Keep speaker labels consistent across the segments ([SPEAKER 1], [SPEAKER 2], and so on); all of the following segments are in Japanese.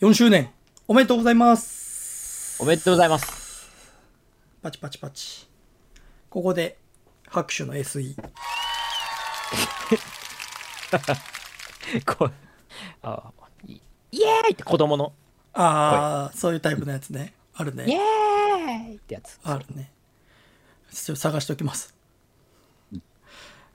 [SPEAKER 1] 4周年おめでとうございます
[SPEAKER 2] おめでとうございます。
[SPEAKER 1] パチパチパチここで拍手の SE
[SPEAKER 2] こう、あいイエーイって子供の、
[SPEAKER 1] ああそういうタイプのやつねある
[SPEAKER 2] イエ
[SPEAKER 1] ね
[SPEAKER 2] ーイってやつ。
[SPEAKER 1] あるねちょっと探しておきます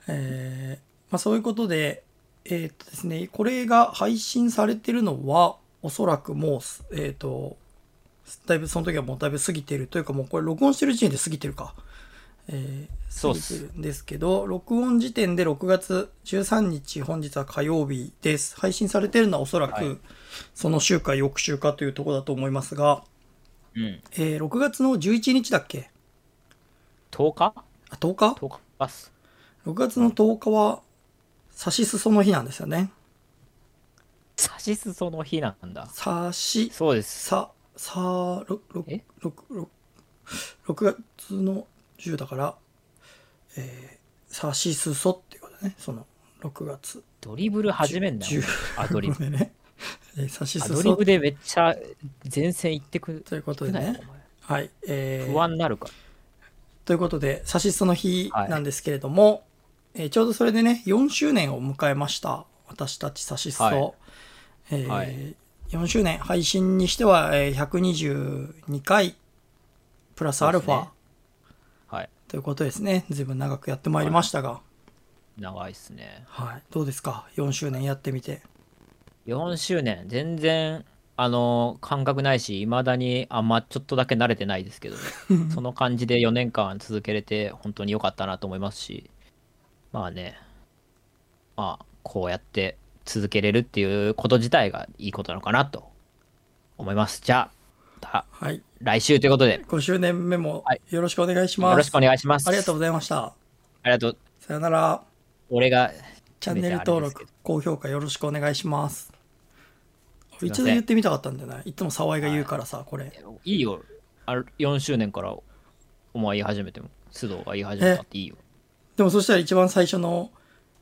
[SPEAKER 1] えー、まあそういうことでえーっとですねこれが配信されてるのはおそらくもうすえーっとだいぶその時はもうだいぶ過ぎてるというかもうこれ録音してる時点で過ぎてるかえー、
[SPEAKER 2] そう
[SPEAKER 1] 過
[SPEAKER 2] っ
[SPEAKER 1] ぎ
[SPEAKER 2] す
[SPEAKER 1] てるんですけど、録音時点で6月13日、本日は火曜日です。配信されてるのはおそら
[SPEAKER 2] はい
[SPEAKER 1] く、その週か翌週かというところだと思いますが、
[SPEAKER 2] うん。
[SPEAKER 1] えー6月の11日だっけ
[SPEAKER 2] 10
[SPEAKER 1] あ、
[SPEAKER 2] 日
[SPEAKER 1] 10日
[SPEAKER 2] ?10 日パス。
[SPEAKER 1] ?6 月の10日は、差し裾の日なんですよね。
[SPEAKER 2] 差し裾の日なんだ。
[SPEAKER 1] 差し、
[SPEAKER 2] そうです。
[SPEAKER 1] さ、さ、ろろ
[SPEAKER 2] え
[SPEAKER 1] ろろ6月の10だから、えー、差し裾っていうことね。その、6月。
[SPEAKER 2] ドリブル始めんだよ
[SPEAKER 1] 10。
[SPEAKER 2] アドリ ブ。
[SPEAKER 1] でね。えー差し
[SPEAKER 2] ア
[SPEAKER 1] 裾
[SPEAKER 2] ドリブでめっちゃ前線行ってく
[SPEAKER 1] ということ
[SPEAKER 2] る
[SPEAKER 1] で
[SPEAKER 2] なよ
[SPEAKER 1] ね。はい。
[SPEAKER 2] お
[SPEAKER 1] え
[SPEAKER 2] 前
[SPEAKER 1] ー
[SPEAKER 2] 不安になるから。
[SPEAKER 1] ということで、差しその日なんですけれども、えーちょうどそれでね、4周年を迎えました。私たち差しそ。
[SPEAKER 2] はい
[SPEAKER 1] えー
[SPEAKER 2] はい
[SPEAKER 1] 4周年、配信にしては、えー122回、プラスアルフ
[SPEAKER 2] そうで
[SPEAKER 1] ァ
[SPEAKER 2] すねはい。
[SPEAKER 1] ということですね。ずいぶん長くやってまいりましたが、
[SPEAKER 2] 長いっすね。
[SPEAKER 1] はい。どうですか ?4 周年やってみて。
[SPEAKER 2] 4周年、全然、あの、感覚ないし、いまだにあんまちょっとだけ慣れてないですけ ど、その感じで4年間続けれて、本当に良かったなと思いますし、まあね、まあ、こうやって続けれるっていうこと自体がいいことなのかなと思います。じゃあ、また
[SPEAKER 1] はい。
[SPEAKER 2] 来週ということで、
[SPEAKER 1] 5周年目も
[SPEAKER 2] はい
[SPEAKER 1] よろしくお願いします。
[SPEAKER 2] よろしくお願いします。
[SPEAKER 1] ありがとう
[SPEAKER 2] う。
[SPEAKER 1] ございました。
[SPEAKER 2] ありがとう。
[SPEAKER 1] さよなら。
[SPEAKER 2] 俺が、
[SPEAKER 1] チャンネル登録、高評価よろしくお願いします。
[SPEAKER 2] いま
[SPEAKER 1] 一
[SPEAKER 2] せん
[SPEAKER 1] 度言ってみたかったんじゃないいつも沢井が言うからさ、これ。
[SPEAKER 2] いいよ。あ4周年から、お前言い始めても、須藤が言い始めたっていいよ。
[SPEAKER 1] でもそしたら一番最初の、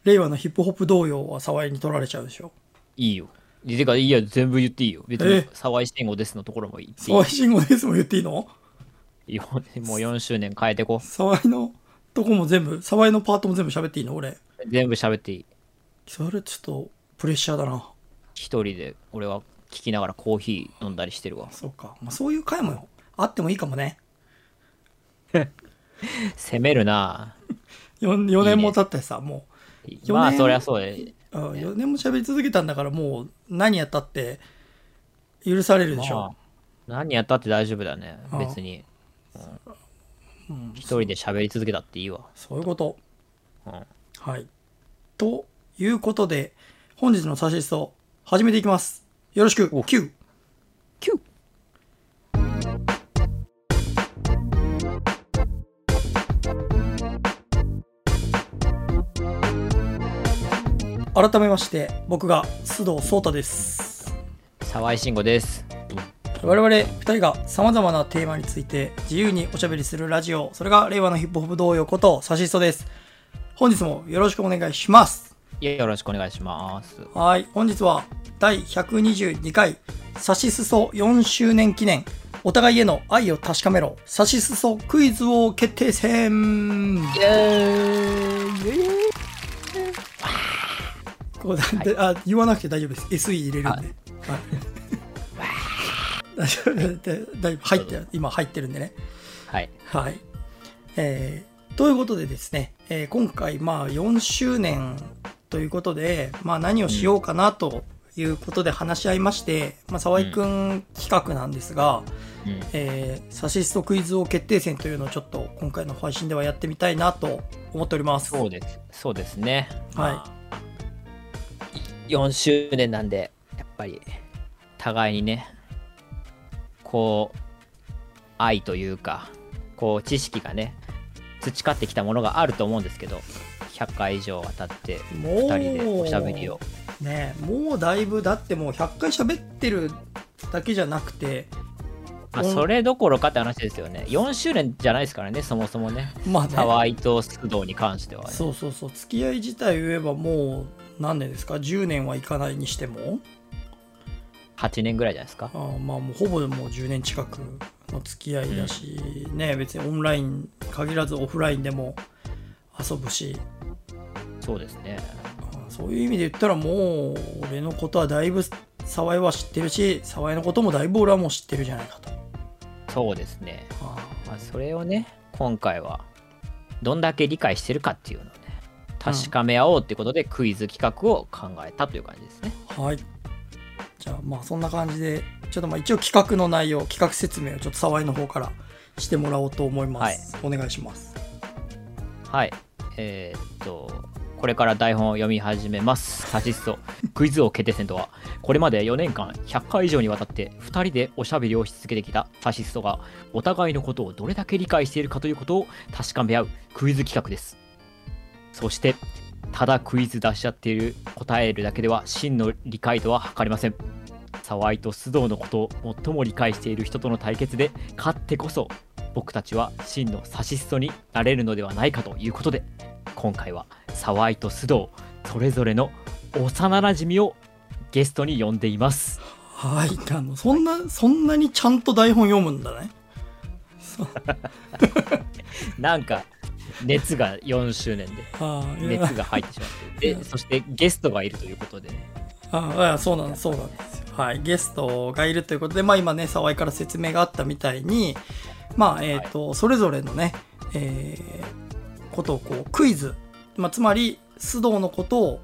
[SPEAKER 1] 令和のヒップホップ動揺は沢井に取られちゃうでしょ。
[SPEAKER 2] いいよ。いやてか、いいや、全部言っていいよ。別
[SPEAKER 1] え
[SPEAKER 2] に、沢井慎吾ですのところも言っていい
[SPEAKER 1] 沢井慎吾ですも言っていいの
[SPEAKER 2] いいよ。もう4周年変えてこ
[SPEAKER 1] 沢井のとこも全部、沢井のパートも全部喋っていいの俺。
[SPEAKER 2] う。全部喋っていい。
[SPEAKER 1] それちょっとプレッシャーだな。
[SPEAKER 2] 一人で、俺は聞きながらコーヒー飲んだりしてるわ。
[SPEAKER 1] そうか。まあ、そういう回もあってもいいかもね。
[SPEAKER 2] 攻めるな
[SPEAKER 1] 4, 4年も経ってさ、も年
[SPEAKER 2] まあ、そりゃそうで。
[SPEAKER 1] う、うん、4年も喋り続けたんだから、もう何やったって許されるでしょ。
[SPEAKER 2] まあ何やったって大丈夫だね
[SPEAKER 1] あ。あ
[SPEAKER 2] 別に。うん一人で喋り続けたっていいわ。
[SPEAKER 1] そういうこと。
[SPEAKER 2] うん
[SPEAKER 1] はい。ということで、本日の差しを始めていきます。よろしく、
[SPEAKER 2] お
[SPEAKER 1] Q!
[SPEAKER 2] キュッ
[SPEAKER 1] 改めまして、僕が須藤壮太です。
[SPEAKER 2] 沢井慎吾です。
[SPEAKER 1] 我々2人が様々なテーマについて自由におしゃべりするラジオ、それが令和のヒップホップ同様こと、差しそです。本日もよろしくお願いします。
[SPEAKER 2] よろしくお願いします。
[SPEAKER 1] はい、本日は第122回、差しすそ4周年記念、お互いへの愛を確かめろ、差しすそクイズ王決定戦
[SPEAKER 2] イェーイイェーイ
[SPEAKER 1] ここだであ言わなくて大丈夫です SE 入れるんで、はい、 大丈夫で大丈夫入って今入ってるんでね
[SPEAKER 2] はい。
[SPEAKER 1] はいえーということでですね、えー今回まあ4周年ということで、まあ、何をしようかなということで話し合いまして、まあ、沢井くん企画なんですが、
[SPEAKER 2] うん
[SPEAKER 1] えー、サシストクイズ王決定戦というのをちょっと今回の配信ではやってみたいなと思っております。
[SPEAKER 2] そうです。そうですね。
[SPEAKER 1] はい
[SPEAKER 2] まあ。4周年なんで、やっぱり、互いにね、こう、愛というか、こう、知識がね、培ってきたものがあると思うんですけど、100回以上渡って、
[SPEAKER 1] もう
[SPEAKER 2] 2人でおしゃべりを。
[SPEAKER 1] ねえもうだいぶだってもう100回喋ってるだけじゃなくて
[SPEAKER 2] まあ、
[SPEAKER 1] うん
[SPEAKER 2] それどころかって話ですよね。4周年じゃないですからね、そもそもね。
[SPEAKER 1] まあね
[SPEAKER 2] 沢井と須藤に関してはね。
[SPEAKER 1] そうそうそう付き合い自体言えばもう何年ですか10年はいかないにしても
[SPEAKER 2] 8年ぐらいじゃないですか
[SPEAKER 1] あ。ーまあもうほぼもう10年近くの付き合いだし、ね別にオンライン限らずオフラインでも遊ぶし
[SPEAKER 2] そうですね。
[SPEAKER 1] あーそういう意味で言ったらもう俺のことはだいぶ沢井は知ってるし沢井のこともだいぶ俺はもう知ってるじゃないかと
[SPEAKER 2] そうですね。
[SPEAKER 1] あ
[SPEAKER 2] まあ、それをね、今回は、どんだけ理解してるかっていうのをね、確かめ合おうってことで、クイズ企画を考えたという感じですね。
[SPEAKER 1] ーはいじゃあまあそんな感じでちょっとまあ一応企画の内容企画説明をちょっと沢井の方からしてもらおうと思います、お願いします
[SPEAKER 2] はい。えーっと、これから台本を読み始めます。サシスト、クイズ王決定戦とは、これまで4年間100回以上にわたって2人でおしゃべりをし続けてきたサシストが、お互いのことをどれだけ理解しているかということを確かめ合うクイズ企画です。そして、ただクイズ出し合っている答えるだけでは真の理解度は測れません。沢井と須藤のことを最も理解している人との対決で勝ってこそ僕たちは真のサシストになれるのではないかということで今回は沢井と須藤それぞれの幼なじみをゲストに呼んでいます
[SPEAKER 1] はいあのそんな、そんなにちゃんと台本読むんだねそう
[SPEAKER 2] なんか熱が4周年で
[SPEAKER 1] あ ーいや
[SPEAKER 2] 熱が入ってしまってでそしてゲストがいるということで
[SPEAKER 1] ああそうなんそうなんですよはいゲストがいるということでまあ今ね沢井から説明があったみたいにまあえっ、と、それぞれのねえーことをこうクイズ、まあ、つまり須藤のことを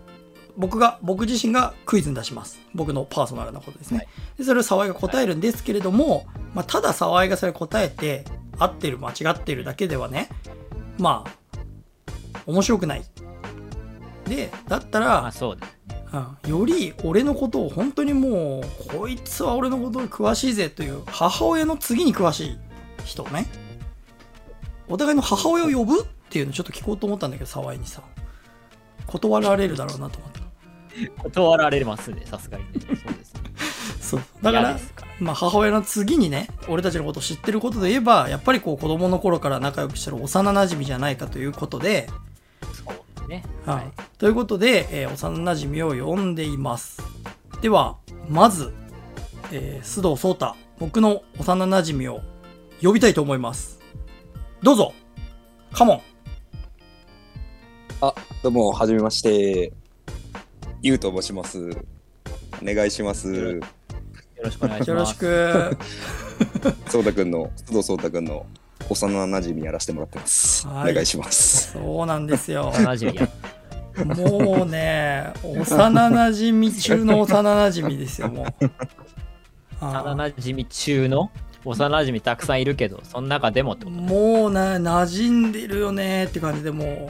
[SPEAKER 1] 僕が僕自身がクイズに出します僕のパーソナルなことですね、
[SPEAKER 2] はい
[SPEAKER 1] でそれを沢井が答えるんですけれども、まあ、ただ沢井がそれ答えて合ってる間違ってるだけではねまあ面白くないでだったら、
[SPEAKER 2] あそうです
[SPEAKER 1] うんより俺のことを本当にもうこいつは俺のことに詳しいぜという母親の次に詳しい人ねお互いの母親を呼ぶっていうのちょっと聞こうと思ったんだけど沢井にさ断られるだろうなと思った
[SPEAKER 2] 断られますねさすがにねそうですね
[SPEAKER 1] そうだか
[SPEAKER 2] 嫌
[SPEAKER 1] ら
[SPEAKER 2] ですから
[SPEAKER 1] まあ、母親の次にね俺たちのことを知ってることで言えばやっぱりこう子供の頃から仲良くしてる幼なじみじゃないかということで、
[SPEAKER 2] そうね
[SPEAKER 1] はい
[SPEAKER 2] はい
[SPEAKER 1] ということで、えー幼なじみを呼んでいますではまず、えー須藤壮太僕の幼なじみを呼びたいと思いますどうぞカモン
[SPEAKER 3] どうも、はじめまして。ゆうと申します。お願いします。
[SPEAKER 2] よろしくお願いし
[SPEAKER 1] よろ
[SPEAKER 2] ま
[SPEAKER 1] し
[SPEAKER 2] す
[SPEAKER 1] く
[SPEAKER 3] そうたくんの、須藤そうたくんの幼なじみやらせてもらってます。お
[SPEAKER 1] はい
[SPEAKER 3] 願いします。
[SPEAKER 1] そうなんですよ
[SPEAKER 2] 幼なじみや
[SPEAKER 1] もうね幼なじみ中の幼なじみですよ もうあ
[SPEAKER 2] 幼
[SPEAKER 1] ー
[SPEAKER 2] なじみ中の幼なじみたくさんいるけどその中でもってこと
[SPEAKER 1] もうな馴染んでるよねって感じでも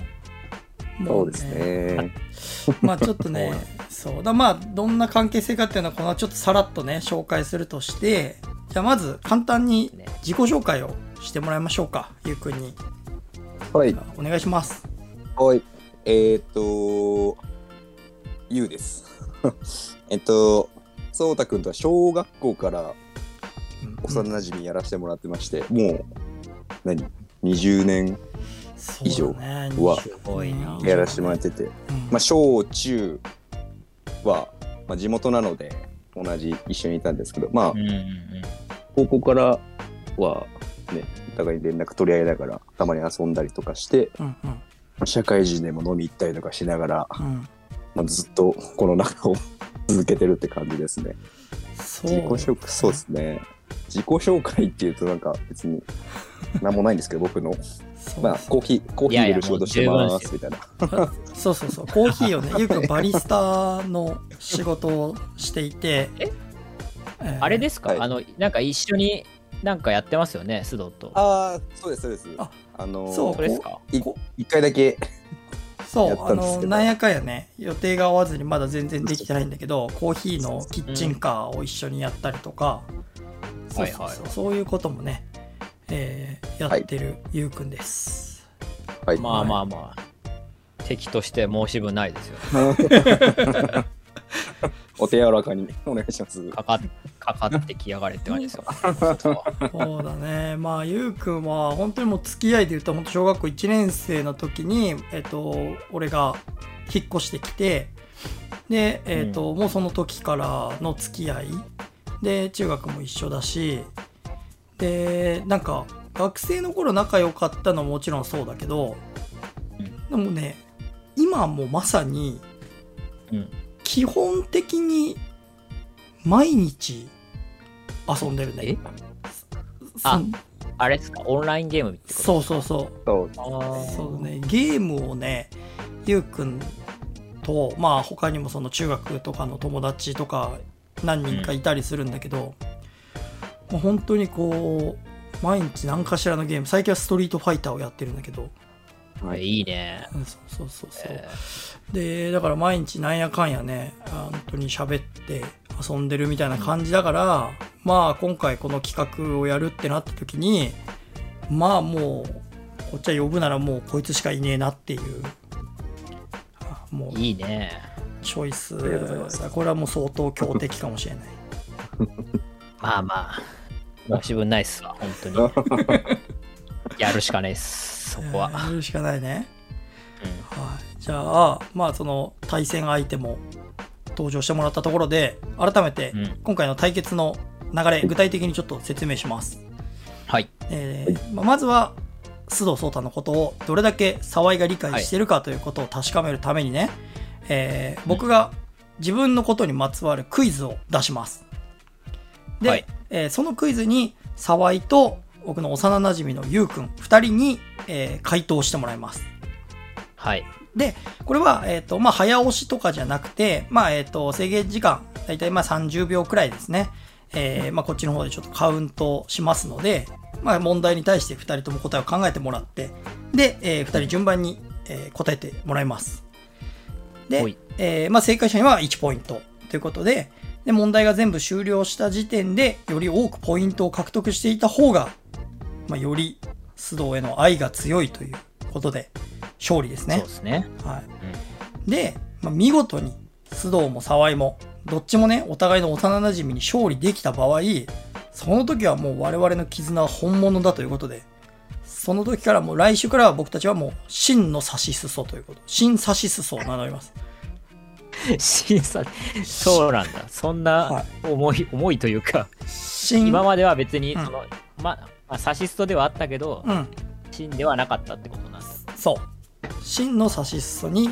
[SPEAKER 1] うも
[SPEAKER 3] そうですね。
[SPEAKER 1] まあちょっとね、そうだまあどんな関係性かっていうのはこのちょっとさらっとね紹介するとして、じゃあまず簡単に
[SPEAKER 2] ね
[SPEAKER 1] 自己紹介をしてもらいましょうか、ゆうくんに。
[SPEAKER 3] はい。
[SPEAKER 1] お願いします。
[SPEAKER 3] はい。えー、っと、ゆうです。 えっと、そうたくんとは小学校から幼なじみやらせてもらってまして、もう、何 ?20 年以上は
[SPEAKER 2] すごいな
[SPEAKER 3] やらせてもらってて。まあ、
[SPEAKER 1] ま
[SPEAKER 3] 小中は、まあ、地元なので同じ一緒にいたんですけど、まあ
[SPEAKER 2] うん、うんうん
[SPEAKER 3] 高校からは、ね、お互いに連絡取り合いながらたまに遊んだりとかして
[SPEAKER 1] うんうん
[SPEAKER 3] 社会人でも飲み行ったりとかしながら、
[SPEAKER 1] うん、
[SPEAKER 3] まあ、ずっとこの中を 続けてるって感じですね。
[SPEAKER 1] そう
[SPEAKER 3] 自己紹介そうですね自己紹介っていうとなんか別に何もないんですけど僕の、
[SPEAKER 1] そう
[SPEAKER 3] まあ、コーヒーコーヒー入れる仕事して
[SPEAKER 2] いやいやも
[SPEAKER 3] ま
[SPEAKER 2] う十
[SPEAKER 3] すみたいな。
[SPEAKER 1] そうそうそうコーヒ ーをねゆうくんバリスタの仕事をしていて
[SPEAKER 2] え
[SPEAKER 1] えー
[SPEAKER 2] あれですか、
[SPEAKER 3] はい
[SPEAKER 2] あのなんか一緒になんかやってますよね須藤と
[SPEAKER 3] ああそうですそうです。
[SPEAKER 1] あ
[SPEAKER 3] あの
[SPEAKER 1] そう
[SPEAKER 2] これですか
[SPEAKER 3] い
[SPEAKER 1] こ
[SPEAKER 3] 一回だけ
[SPEAKER 1] そ
[SPEAKER 3] や
[SPEAKER 1] う
[SPEAKER 3] っ
[SPEAKER 1] あ
[SPEAKER 3] たんですけど
[SPEAKER 1] のなんやかんやね予定が合わずにまだ全然できてないんだけどコーヒーのキッチンカーを一緒にやったりとか、そうそう
[SPEAKER 2] は
[SPEAKER 1] そ
[SPEAKER 2] いうはい
[SPEAKER 1] そういうこともね、えーやってるゆうくんです、
[SPEAKER 3] はい、
[SPEAKER 2] まあまあまあ敵として申し分ないですよ
[SPEAKER 3] お手柔らかにお願いします。
[SPEAKER 2] かかかかってきやがれって感じですよ須藤は
[SPEAKER 1] そうだねまあゆうくんは本当にもう付き合いで言うと本当小学校1年生の時にえっ、と俺が引っ越してきてでえっ、と、もうその時からの付き合いで中学も一緒だしでなんか学生の頃仲良かったのももちろんそうだけどでもね今もまさに
[SPEAKER 2] うん
[SPEAKER 1] 基本的に毎日遊んでるね
[SPEAKER 2] え
[SPEAKER 1] そ
[SPEAKER 2] ああれですかオンラインゲームってこと
[SPEAKER 1] そうそうそう
[SPEAKER 3] そう
[SPEAKER 1] そうね、ゲームをね、ゆうくんと、まあ他にもその中学とかの友達とか何人かいたりするんだけど、もう本当にこう、毎日何かしらのゲーム、最近はストリートファイターをやってるんだけど、
[SPEAKER 3] はい
[SPEAKER 2] いいね、
[SPEAKER 1] うんそうそうそうそう。
[SPEAKER 2] え
[SPEAKER 1] で、だから毎日なんやかんやね、あ本当に喋って遊んでるみたいな感じだから、まあ今回この企画をやるってなった時に、まあもう、こっちは呼ぶならもうこいつしかいねえなっていう、あも
[SPEAKER 2] ー
[SPEAKER 1] う
[SPEAKER 2] いいね
[SPEAKER 1] チョイス
[SPEAKER 3] りがとうございま
[SPEAKER 1] これはもう相当強敵かもしれない。
[SPEAKER 2] まあまあ申し分ないっすわ本当にやるしかないっすそこは、
[SPEAKER 1] えーやるしかないね。
[SPEAKER 2] うん
[SPEAKER 1] はい、じゃあ、まあその対戦相手も登場してもらったところで、改めて
[SPEAKER 2] うん
[SPEAKER 1] 今回の対決の流れ、具体的にちょっと説明します。
[SPEAKER 2] はい。
[SPEAKER 1] えーまあまずは須藤壮太のことをどれだけ沢井が理解してるかということを確かめるためにね、えー僕が自分のことにまつわるクイズを出します。で、
[SPEAKER 2] はい
[SPEAKER 1] えーそのクイズに沢井と僕の幼なじみのゆうくん2人に、えー回答してもらいます。
[SPEAKER 2] はい。
[SPEAKER 1] で、これは、えっ、と、まあ、早押しとかじゃなくて、まあ、えっ、と、制限時間、だいたいまあ30秒くらいですね。えーまあ、こっちの方でちょっとカウントしますので、まあ、問題に対して2人とも答えを考えてもらって、で、え2人順番に、えー答えてもらいます。
[SPEAKER 2] ほ
[SPEAKER 1] で
[SPEAKER 2] い、
[SPEAKER 1] えーまあ、正解者には1ポイントということで、で、問題が全部終了した時点で、より多くポイントを獲得していた方が、まあ、より須藤への愛が強いということで、勝利ですね。
[SPEAKER 2] そうですね。
[SPEAKER 1] はいで、まあ、見事に須藤も沢井もどっちもねお互いの幼なじみに勝利できた場合その時はもう我々の絆は本物だということでその時からもう来週からは僕たちはもう真の指しすそということ真指しすそを名乗ります
[SPEAKER 2] 審査、そうなんだ。そん
[SPEAKER 1] は
[SPEAKER 2] な重い、重いというか、
[SPEAKER 1] 真
[SPEAKER 2] 今までは別に、
[SPEAKER 1] うん
[SPEAKER 2] その、ま、まあ、サシストではあったけど、
[SPEAKER 1] うん
[SPEAKER 2] 真ではなかったってことなんです。
[SPEAKER 1] そう真の指しすそに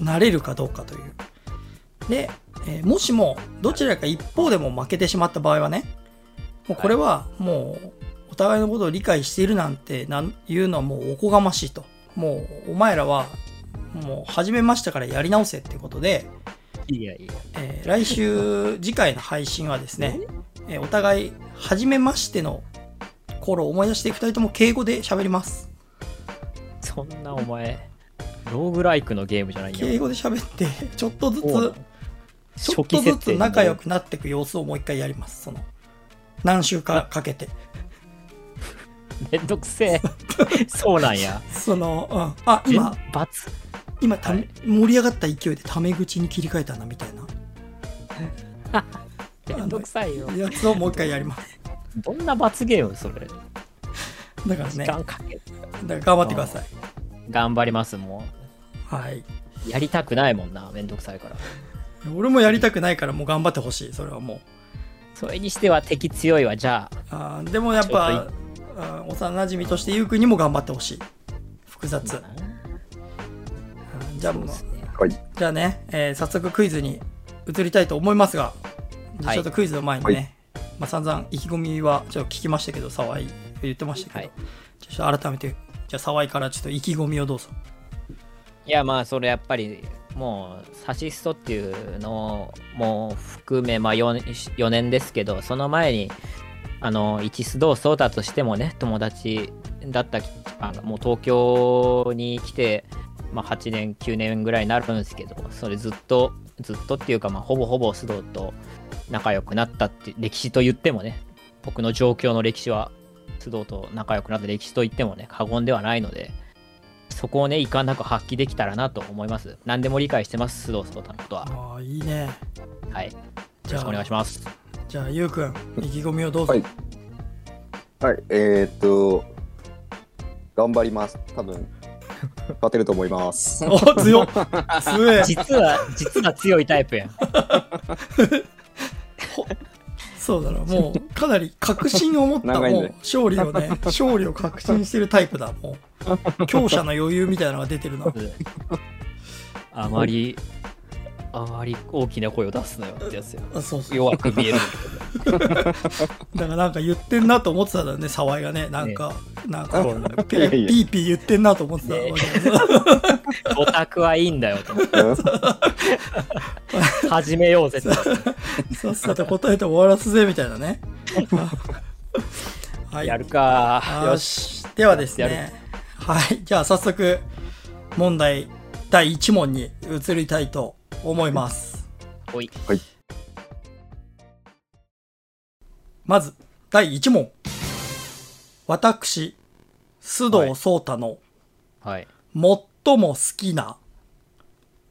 [SPEAKER 1] なれるかどうかというで、えーもしもどちらか一方でも負けてしまった場合はねもうこれはもうお互いのことを理解しているなんてなんいうのはもうおこがましいともうお前らはもう始めましたからやり直せっていうことで、
[SPEAKER 2] いやいや。
[SPEAKER 1] えー来週次回の配信はですね、 えーお互い初めましての頃を思い出して2人とも敬語で喋ります
[SPEAKER 2] そんなお前、ローグライクのゲームじゃない
[SPEAKER 1] 敬
[SPEAKER 2] よ。
[SPEAKER 1] 語で喋って ちょっとず
[SPEAKER 2] そうな
[SPEAKER 1] つ
[SPEAKER 2] の
[SPEAKER 1] ちょっとずつ仲良くなっていく様子をもう一回やります。その何週かかけて。
[SPEAKER 2] めんどくせ え。そうなんや。
[SPEAKER 1] その、うん、あ、今、
[SPEAKER 2] え罰。
[SPEAKER 1] 今ため
[SPEAKER 2] はい
[SPEAKER 1] 盛り上がった勢いでタメ口に切り替えたなみたいな
[SPEAKER 2] めんどくさいよ。
[SPEAKER 1] やつをもう一回やります。
[SPEAKER 2] どんな罰ゲームそれ。
[SPEAKER 1] だから
[SPEAKER 2] 時
[SPEAKER 1] ね、
[SPEAKER 2] 間かけて。
[SPEAKER 1] だから頑張ってください。
[SPEAKER 2] 頑張ります、も
[SPEAKER 1] はい。
[SPEAKER 2] う。やりたくないもんな、めんどくさいから。
[SPEAKER 1] 俺もやりたくないからもう頑張ってほしい。それはもう。
[SPEAKER 2] それにしては敵強いわ、じゃあ。
[SPEAKER 1] あーでもやっぱ、うん幼馴染としてゆうくんにも頑張ってほしい。複雑。うんじゃあもう、
[SPEAKER 3] はい
[SPEAKER 1] じゃあね、えー早速クイズに移りたいと思いますが、じゃあ
[SPEAKER 2] はい
[SPEAKER 1] ちょっとクイズの前にね、
[SPEAKER 3] は
[SPEAKER 1] まあ、散々意気込みはちょっと聞きましたけど、沢井言ってましたけど、
[SPEAKER 2] はい
[SPEAKER 1] ちょっと改めて、じゃあ沢井からちょっと意気込みをどうぞ。
[SPEAKER 2] いやまあそれやっぱりもうサシストっていうのも含めまあ 4, 4年ですけどその前にあの一須藤颯太としてもね友達だった期間がもう東京に来て、まあ、8年9年ぐらいになるんですけどそれずっとずっとっていうか、まあ、ほぼほぼ須藤と仲良くなったって歴史と言ってもね僕の状況の歴史は須藤と仲良くなった歴史と言ってもね過言ではないので。そこをね、遺憾なく発揮できたらなと思います。何でも理解してます、須藤聡太のことは。
[SPEAKER 1] ああ、いいね。
[SPEAKER 2] はい。よ
[SPEAKER 1] じ
[SPEAKER 2] ろ
[SPEAKER 1] ゃ
[SPEAKER 2] し
[SPEAKER 1] あ、
[SPEAKER 2] くお願いします。
[SPEAKER 1] じゃあゆうくん、意気込みをどうぞ。
[SPEAKER 3] はいはい、えー、っと、頑張ります。多分勝てると思 います。
[SPEAKER 1] お強っ強え
[SPEAKER 2] 実は、実は強いタイプやん。
[SPEAKER 1] ほそうだろうもうかなり確信を持った
[SPEAKER 3] 長い
[SPEAKER 1] も
[SPEAKER 3] ね
[SPEAKER 1] う勝利をね勝利を確信してるタイプだもう強者の余裕みたいなのが出て るな
[SPEAKER 2] あまり、あまり大きな声を出すなよってやつよ。
[SPEAKER 1] あそうそう
[SPEAKER 2] 弱く見 える。
[SPEAKER 1] だからなんか言ってんなと思ってたんだよね沢井がねなんか、なんか
[SPEAKER 3] そう
[SPEAKER 1] ピ
[SPEAKER 3] いやいや
[SPEAKER 1] ーピー言ってんなと思ってた わけだよね
[SPEAKER 2] オタクはいいんだよと思って。始めようぜって。
[SPEAKER 1] さっさと答えて終わらすぜみたいなねはい
[SPEAKER 2] やるか。よ
[SPEAKER 1] よ
[SPEAKER 2] し。
[SPEAKER 1] し。ではです
[SPEAKER 2] や
[SPEAKER 1] ね。はい。じゃあ早速、問題第1問に移りたいと思います。
[SPEAKER 2] おい。
[SPEAKER 1] まず、第1問。私、須藤聡太の
[SPEAKER 2] はい。
[SPEAKER 1] 最も好きな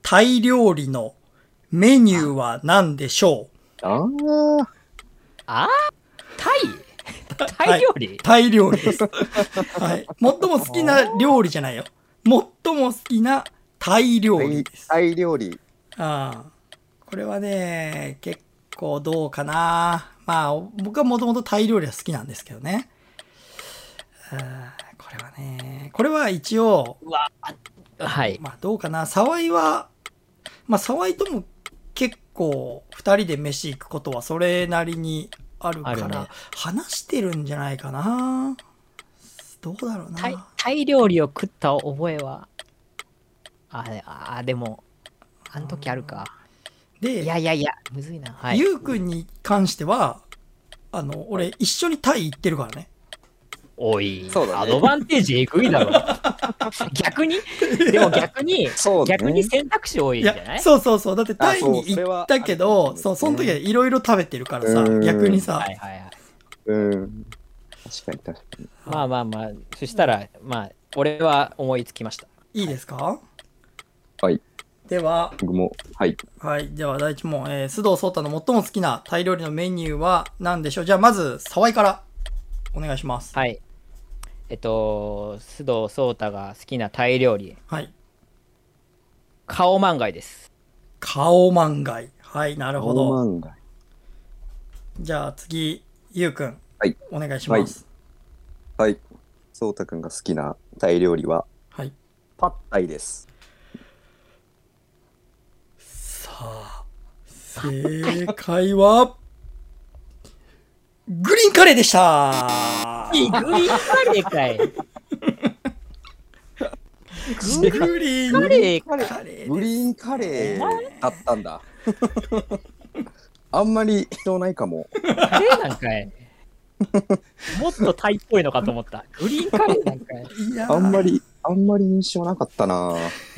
[SPEAKER 1] タイ料理のメニューは何でしょ
[SPEAKER 3] あー
[SPEAKER 2] あタイ
[SPEAKER 1] う
[SPEAKER 2] タイ料理、
[SPEAKER 1] はいタイ料理です。はい。最も好きな料理じゃないよ。最も好きなタイ料
[SPEAKER 3] タ
[SPEAKER 1] 理
[SPEAKER 3] イ
[SPEAKER 1] です。
[SPEAKER 3] タイ料理。
[SPEAKER 1] ああこれはね結構どうかなまあお僕はもともとタイ料理は好きなんですけどねああこれはねこれは一応
[SPEAKER 2] はい。
[SPEAKER 1] まあどうかな沢井はまあ沢井とも結構2人で飯行くことはそれなりにあるか
[SPEAKER 2] ある
[SPEAKER 1] ら、
[SPEAKER 2] ね
[SPEAKER 1] 話してるんじゃないかなどうだろう
[SPEAKER 2] タイ
[SPEAKER 1] な
[SPEAKER 2] タイ料理を食った覚えは。あれ、あ、でも、あの時あるか。
[SPEAKER 1] で
[SPEAKER 2] いやいやいや、むずいな。はい。
[SPEAKER 1] ゆうくんに関してはあの俺一緒にタイ行ってるからね
[SPEAKER 2] おい、
[SPEAKER 3] そうだね
[SPEAKER 2] アドバンテージえぐいだ ろ。逆にでも逆に、
[SPEAKER 3] そうだね
[SPEAKER 2] 逆に選択肢多いん
[SPEAKER 1] い
[SPEAKER 2] じゃない
[SPEAKER 1] やそうそうそうだってタイに
[SPEAKER 3] あそうそれ
[SPEAKER 1] 行
[SPEAKER 3] は
[SPEAKER 1] ったけ
[SPEAKER 3] あ
[SPEAKER 1] ど
[SPEAKER 3] る
[SPEAKER 1] そうそ
[SPEAKER 3] か
[SPEAKER 1] の
[SPEAKER 3] もしれ
[SPEAKER 1] 時
[SPEAKER 3] ない
[SPEAKER 1] はいろいろ食べてるからさ
[SPEAKER 3] うん
[SPEAKER 1] 逆にさ
[SPEAKER 2] はいはいはい。
[SPEAKER 3] うん。確かに確かに。
[SPEAKER 2] まあまあまあ、そしたら、まあ、俺は思いつきました。
[SPEAKER 1] いいですか
[SPEAKER 3] はい。
[SPEAKER 1] では
[SPEAKER 3] 僕も、はい。
[SPEAKER 1] はいでは第一問、えー須藤聡太の最も好きなタイ料理のメニューは何でしょうじゃあまず沢井からお願いします
[SPEAKER 2] はい。えっと、須藤壮太が好きなタイ料理、
[SPEAKER 1] はい
[SPEAKER 2] カオマンガイです。
[SPEAKER 1] カオマンガイはいなるほど
[SPEAKER 3] 漫画。
[SPEAKER 1] じゃあ次ゆうくん
[SPEAKER 3] はい
[SPEAKER 1] お願いします
[SPEAKER 3] はい。そうたくんが好きなタイ料理は、
[SPEAKER 1] はい
[SPEAKER 3] パッタイです。
[SPEAKER 1] さあ正解はグリーンカレーでした
[SPEAKER 2] グリーンカレーかい。
[SPEAKER 1] グリーン
[SPEAKER 2] カレーかい。
[SPEAKER 1] カレー
[SPEAKER 3] グリーンカレーだった んだ。あんまり人ないかも。
[SPEAKER 2] カレーなんか い。もっとタイっぽいのかと思った。グリーンカレーなんかい。
[SPEAKER 1] いやー
[SPEAKER 3] あんまり、あんまり印象なかったな。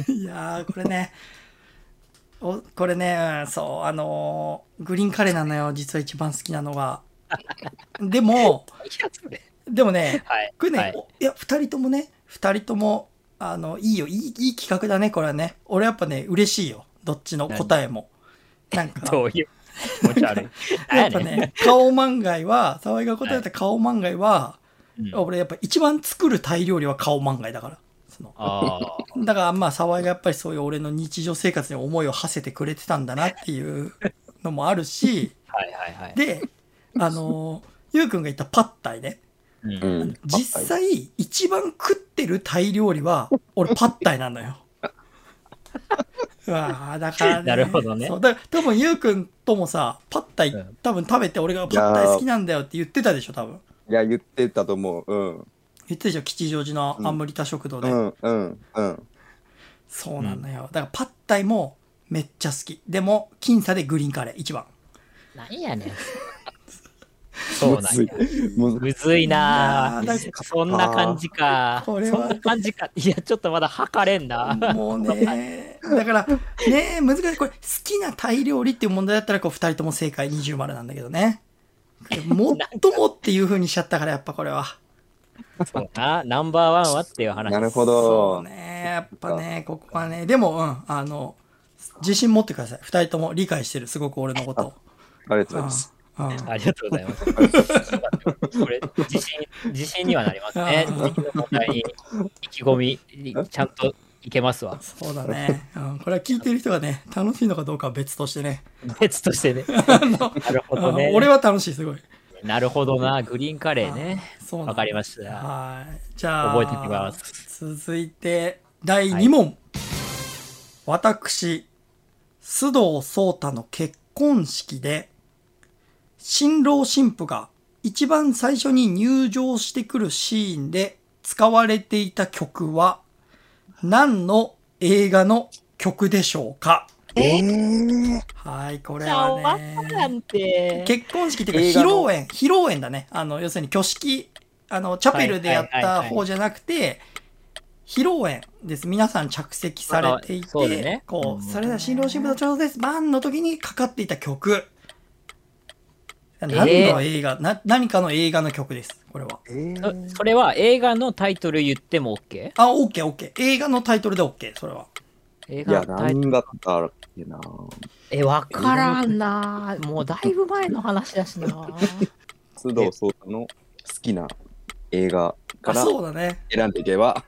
[SPEAKER 1] いやーこれねおこれねうんそうあのーグリーンカレーなのよ実は一番好きなの がでも
[SPEAKER 2] いやそれ
[SPEAKER 1] でもね
[SPEAKER 2] はい。
[SPEAKER 1] これね、
[SPEAKER 2] はい
[SPEAKER 1] おいや2人ともね2人ともあのいいよいいいい企画だねこれはね俺やっぱね嬉しいよどっちの答えもなんか
[SPEAKER 2] どういう気持ち悪い。
[SPEAKER 1] やっぱ
[SPEAKER 2] なん やねん
[SPEAKER 1] ね顔漫画は沢井が答えた顔漫画は、
[SPEAKER 2] うん
[SPEAKER 1] 俺やっぱ一番作るタイ料理は顔漫画だからその
[SPEAKER 2] ああ。
[SPEAKER 1] だからまあ沢井がやっぱりそういう俺の日常生活に思いを馳せてくれてたんだなっていうのもある し
[SPEAKER 2] はいはいはい。
[SPEAKER 1] であのゆうくんが言ったパッタイね
[SPEAKER 2] うん
[SPEAKER 3] うん。
[SPEAKER 1] 実
[SPEAKER 3] パッ
[SPEAKER 1] 際一番食ってるタイ料理は俺パッタイなの よ。うわあだから、ね、
[SPEAKER 2] なるほどね
[SPEAKER 1] そうだから多分ゆうくんともさパッタイ
[SPEAKER 2] うん
[SPEAKER 1] 多分食べて俺がパッタイ好きなんだよって言ってたでしょ多分
[SPEAKER 3] タイいや、言ってたと思う。うん。
[SPEAKER 1] 言ってたでしょ吉祥寺のアムリタ食堂
[SPEAKER 3] う
[SPEAKER 1] で、
[SPEAKER 3] ん、うん、うん。
[SPEAKER 1] そうなのよ、だからパッタイもめっちゃ好きでも僅差でグリーンカレー一番
[SPEAKER 2] なんやねん。そうなんや。
[SPEAKER 3] むずい
[SPEAKER 2] むずいない
[SPEAKER 1] やーなん
[SPEAKER 2] ぁ。そんな感じか。
[SPEAKER 1] こ
[SPEAKER 2] そ
[SPEAKER 1] れ
[SPEAKER 2] ん
[SPEAKER 1] は
[SPEAKER 2] な感じか。いや、ちょっとまだ測れんな。
[SPEAKER 1] もうね、だから、ね、難しい。これ、好きなタイ料理っていう問題だったら、こう、二人とも正解20丸なんだけどね。もっともっていう風にしちゃったから、やっぱこれは。
[SPEAKER 2] そうな。ナンバーワンはっていう話。
[SPEAKER 3] なるほど
[SPEAKER 1] そう。ね、やっぱね、ここはね、でも、うん、あの、自信持ってください。二人とも理解してる、すごく俺のこと
[SPEAKER 3] ありがと
[SPEAKER 1] を。う
[SPEAKER 3] うござい
[SPEAKER 1] ん
[SPEAKER 3] ます。
[SPEAKER 1] うん
[SPEAKER 2] ありがとうございます。これ自信、自信にはなりますね。
[SPEAKER 1] あー
[SPEAKER 2] 次の問題に意気込み、ちゃんといけますわ。
[SPEAKER 1] そうだね、うん、これは聞いてる人がね楽しいのかどうかは別としてね
[SPEAKER 2] 別としてね。
[SPEAKER 1] あの
[SPEAKER 2] なるほどね
[SPEAKER 1] あ。俺は楽しいすごい
[SPEAKER 2] なるほどな。グリーンカレーね。
[SPEAKER 1] そうなんだ
[SPEAKER 2] わかりました。
[SPEAKER 1] はいじゃあ
[SPEAKER 2] 覚えておきます
[SPEAKER 1] 続いて第2問、私須藤壮太の結婚式で新郎新婦が一番最初に入場してくるシーンで使われていた曲は何の映画の曲でしょうか
[SPEAKER 3] えー、
[SPEAKER 1] はいこれ
[SPEAKER 2] じゃ
[SPEAKER 1] は
[SPEAKER 2] あおばさ
[SPEAKER 1] ね
[SPEAKER 2] んって。
[SPEAKER 1] 結婚式っていう
[SPEAKER 3] 映
[SPEAKER 1] か披
[SPEAKER 3] 画の
[SPEAKER 1] 露宴披露宴だねあの要するに挙式あのチャペルでやっ
[SPEAKER 2] はいはい
[SPEAKER 1] た
[SPEAKER 2] はいはい
[SPEAKER 1] 方じゃなくて披露宴です皆さん着席されてい
[SPEAKER 2] あそうだ
[SPEAKER 1] て、
[SPEAKER 2] ね
[SPEAKER 1] こ
[SPEAKER 2] うん
[SPEAKER 1] うそれでは新郎新婦のちょうどですバンの時にかかっていた曲何の映画、な何かの映画の曲ですこれは
[SPEAKER 3] えー
[SPEAKER 2] そそれは映画のタイトル言っても OK?
[SPEAKER 1] あ OKOK 映画のタイトルで OK それは
[SPEAKER 2] 映
[SPEAKER 3] いや、
[SPEAKER 2] 画のタ
[SPEAKER 3] な
[SPEAKER 2] イトル。
[SPEAKER 3] んだったっけな。
[SPEAKER 2] え、わからんな。もうだいぶ前の話だしな。
[SPEAKER 3] 須藤壮太の好きな映画か
[SPEAKER 1] あ
[SPEAKER 3] ら
[SPEAKER 1] そうだね
[SPEAKER 3] 選んでいけば、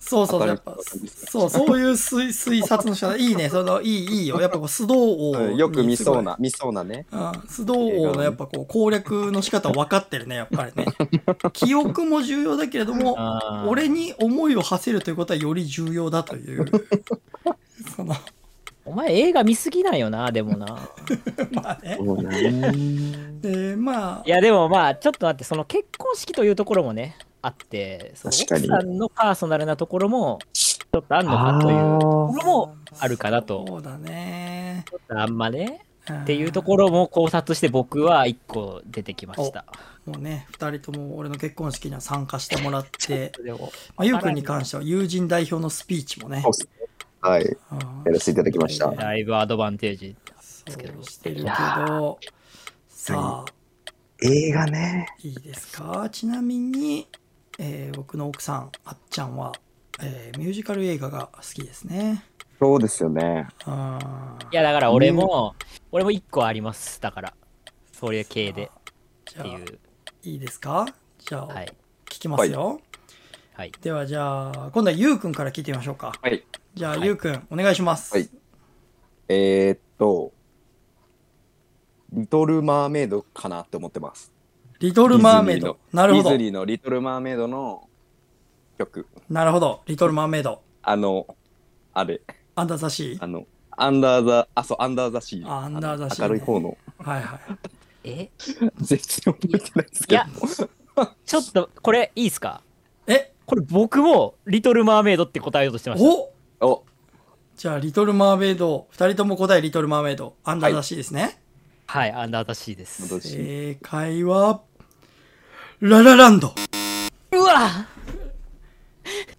[SPEAKER 1] そうそう、
[SPEAKER 3] 当た
[SPEAKER 1] や
[SPEAKER 3] る
[SPEAKER 1] っぱ、
[SPEAKER 3] 当たる
[SPEAKER 1] そう、そういう推 推察の仕方、いいね、その、いい、いいよ。やっぱこう、須藤王にす
[SPEAKER 3] う
[SPEAKER 1] ごい、
[SPEAKER 3] んよく見そうな、見そうなね。
[SPEAKER 1] うん。須藤王のやっぱこう、攻略の仕方分かってるね、やっぱ りね。記憶も重要だけれども、
[SPEAKER 2] あー
[SPEAKER 1] 俺に思いを馳せるということはより重要だという。 その、
[SPEAKER 2] お前映画見すぎなんよな、でもな。
[SPEAKER 1] まあ ね。
[SPEAKER 3] そうだね
[SPEAKER 1] で、まあ
[SPEAKER 2] い、や、でもまあ、ちょっと待って、その結婚式というところもね、あって、その
[SPEAKER 3] 確か
[SPEAKER 2] 奥
[SPEAKER 3] に
[SPEAKER 2] さんのパーソナルなところも、ちょっとあんのかというところもあるかなと。
[SPEAKER 1] そうだね。
[SPEAKER 2] あんまね。
[SPEAKER 1] っ
[SPEAKER 2] っていうところも考察して、僕は1個出てきました。
[SPEAKER 1] もうね、二人とも俺の結婚式には参加してもらって、
[SPEAKER 2] でも
[SPEAKER 1] まあ、ゆうくんに関しては友人代表のスピーチもね
[SPEAKER 3] そ、うっすねはい、や
[SPEAKER 1] うん
[SPEAKER 3] らせていただきました。
[SPEAKER 1] いや
[SPEAKER 2] だいぶアドバンテージ。
[SPEAKER 1] そうしてるけど、さあ、
[SPEAKER 3] 映画ね。
[SPEAKER 1] いいですかちなみに、えー僕の奥さん、あっちゃんは、えーミュージカル映画が好きですね。
[SPEAKER 3] そうですよね。
[SPEAKER 1] あ
[SPEAKER 2] いや、だから俺も、俺も1個あります。だから、それ系で
[SPEAKER 1] じ
[SPEAKER 2] っ
[SPEAKER 1] ゃあ
[SPEAKER 2] ていう。
[SPEAKER 1] いいですかじゃあ、
[SPEAKER 2] はい。
[SPEAKER 1] 聞きますよ。
[SPEAKER 2] はい。
[SPEAKER 1] では、じゃあ、今度はゆうくんから聞いてみましょうか。
[SPEAKER 3] はい。
[SPEAKER 1] じゃあ、
[SPEAKER 2] はい
[SPEAKER 1] ゆうくん、お願いします。
[SPEAKER 3] はいえー、っと、リトル・マーメイドかなって思ってます。
[SPEAKER 1] リトル・マーメイド。なる
[SPEAKER 3] デ
[SPEAKER 1] ほ
[SPEAKER 3] ィズ
[SPEAKER 1] ど。
[SPEAKER 3] ニーのリトル・マーメイドの曲。
[SPEAKER 1] なるほど。リトル・マーメイド。
[SPEAKER 3] あの、あれ、
[SPEAKER 1] アンダーザシー。
[SPEAKER 3] あの、アンダーザ、あ、そう、アンダーザシー。
[SPEAKER 1] あアンダーザシー
[SPEAKER 3] あの明るい方の。
[SPEAKER 1] はいはい。
[SPEAKER 2] え
[SPEAKER 3] 全然覚えてないです
[SPEAKER 2] い
[SPEAKER 3] けど
[SPEAKER 2] や。、ちょっと、これいいっすか
[SPEAKER 1] え、
[SPEAKER 2] これ僕も、リトル・マーメイドって答えようとしてました。
[SPEAKER 1] お
[SPEAKER 3] お、
[SPEAKER 1] じゃあ、リトル・マーメイド、二人とも答え、リトル・マーメイド、アンダーらしいですね。
[SPEAKER 2] はい、アンダーザシーです。
[SPEAKER 3] 戻し。
[SPEAKER 1] 正解は、ララランド。
[SPEAKER 2] うわ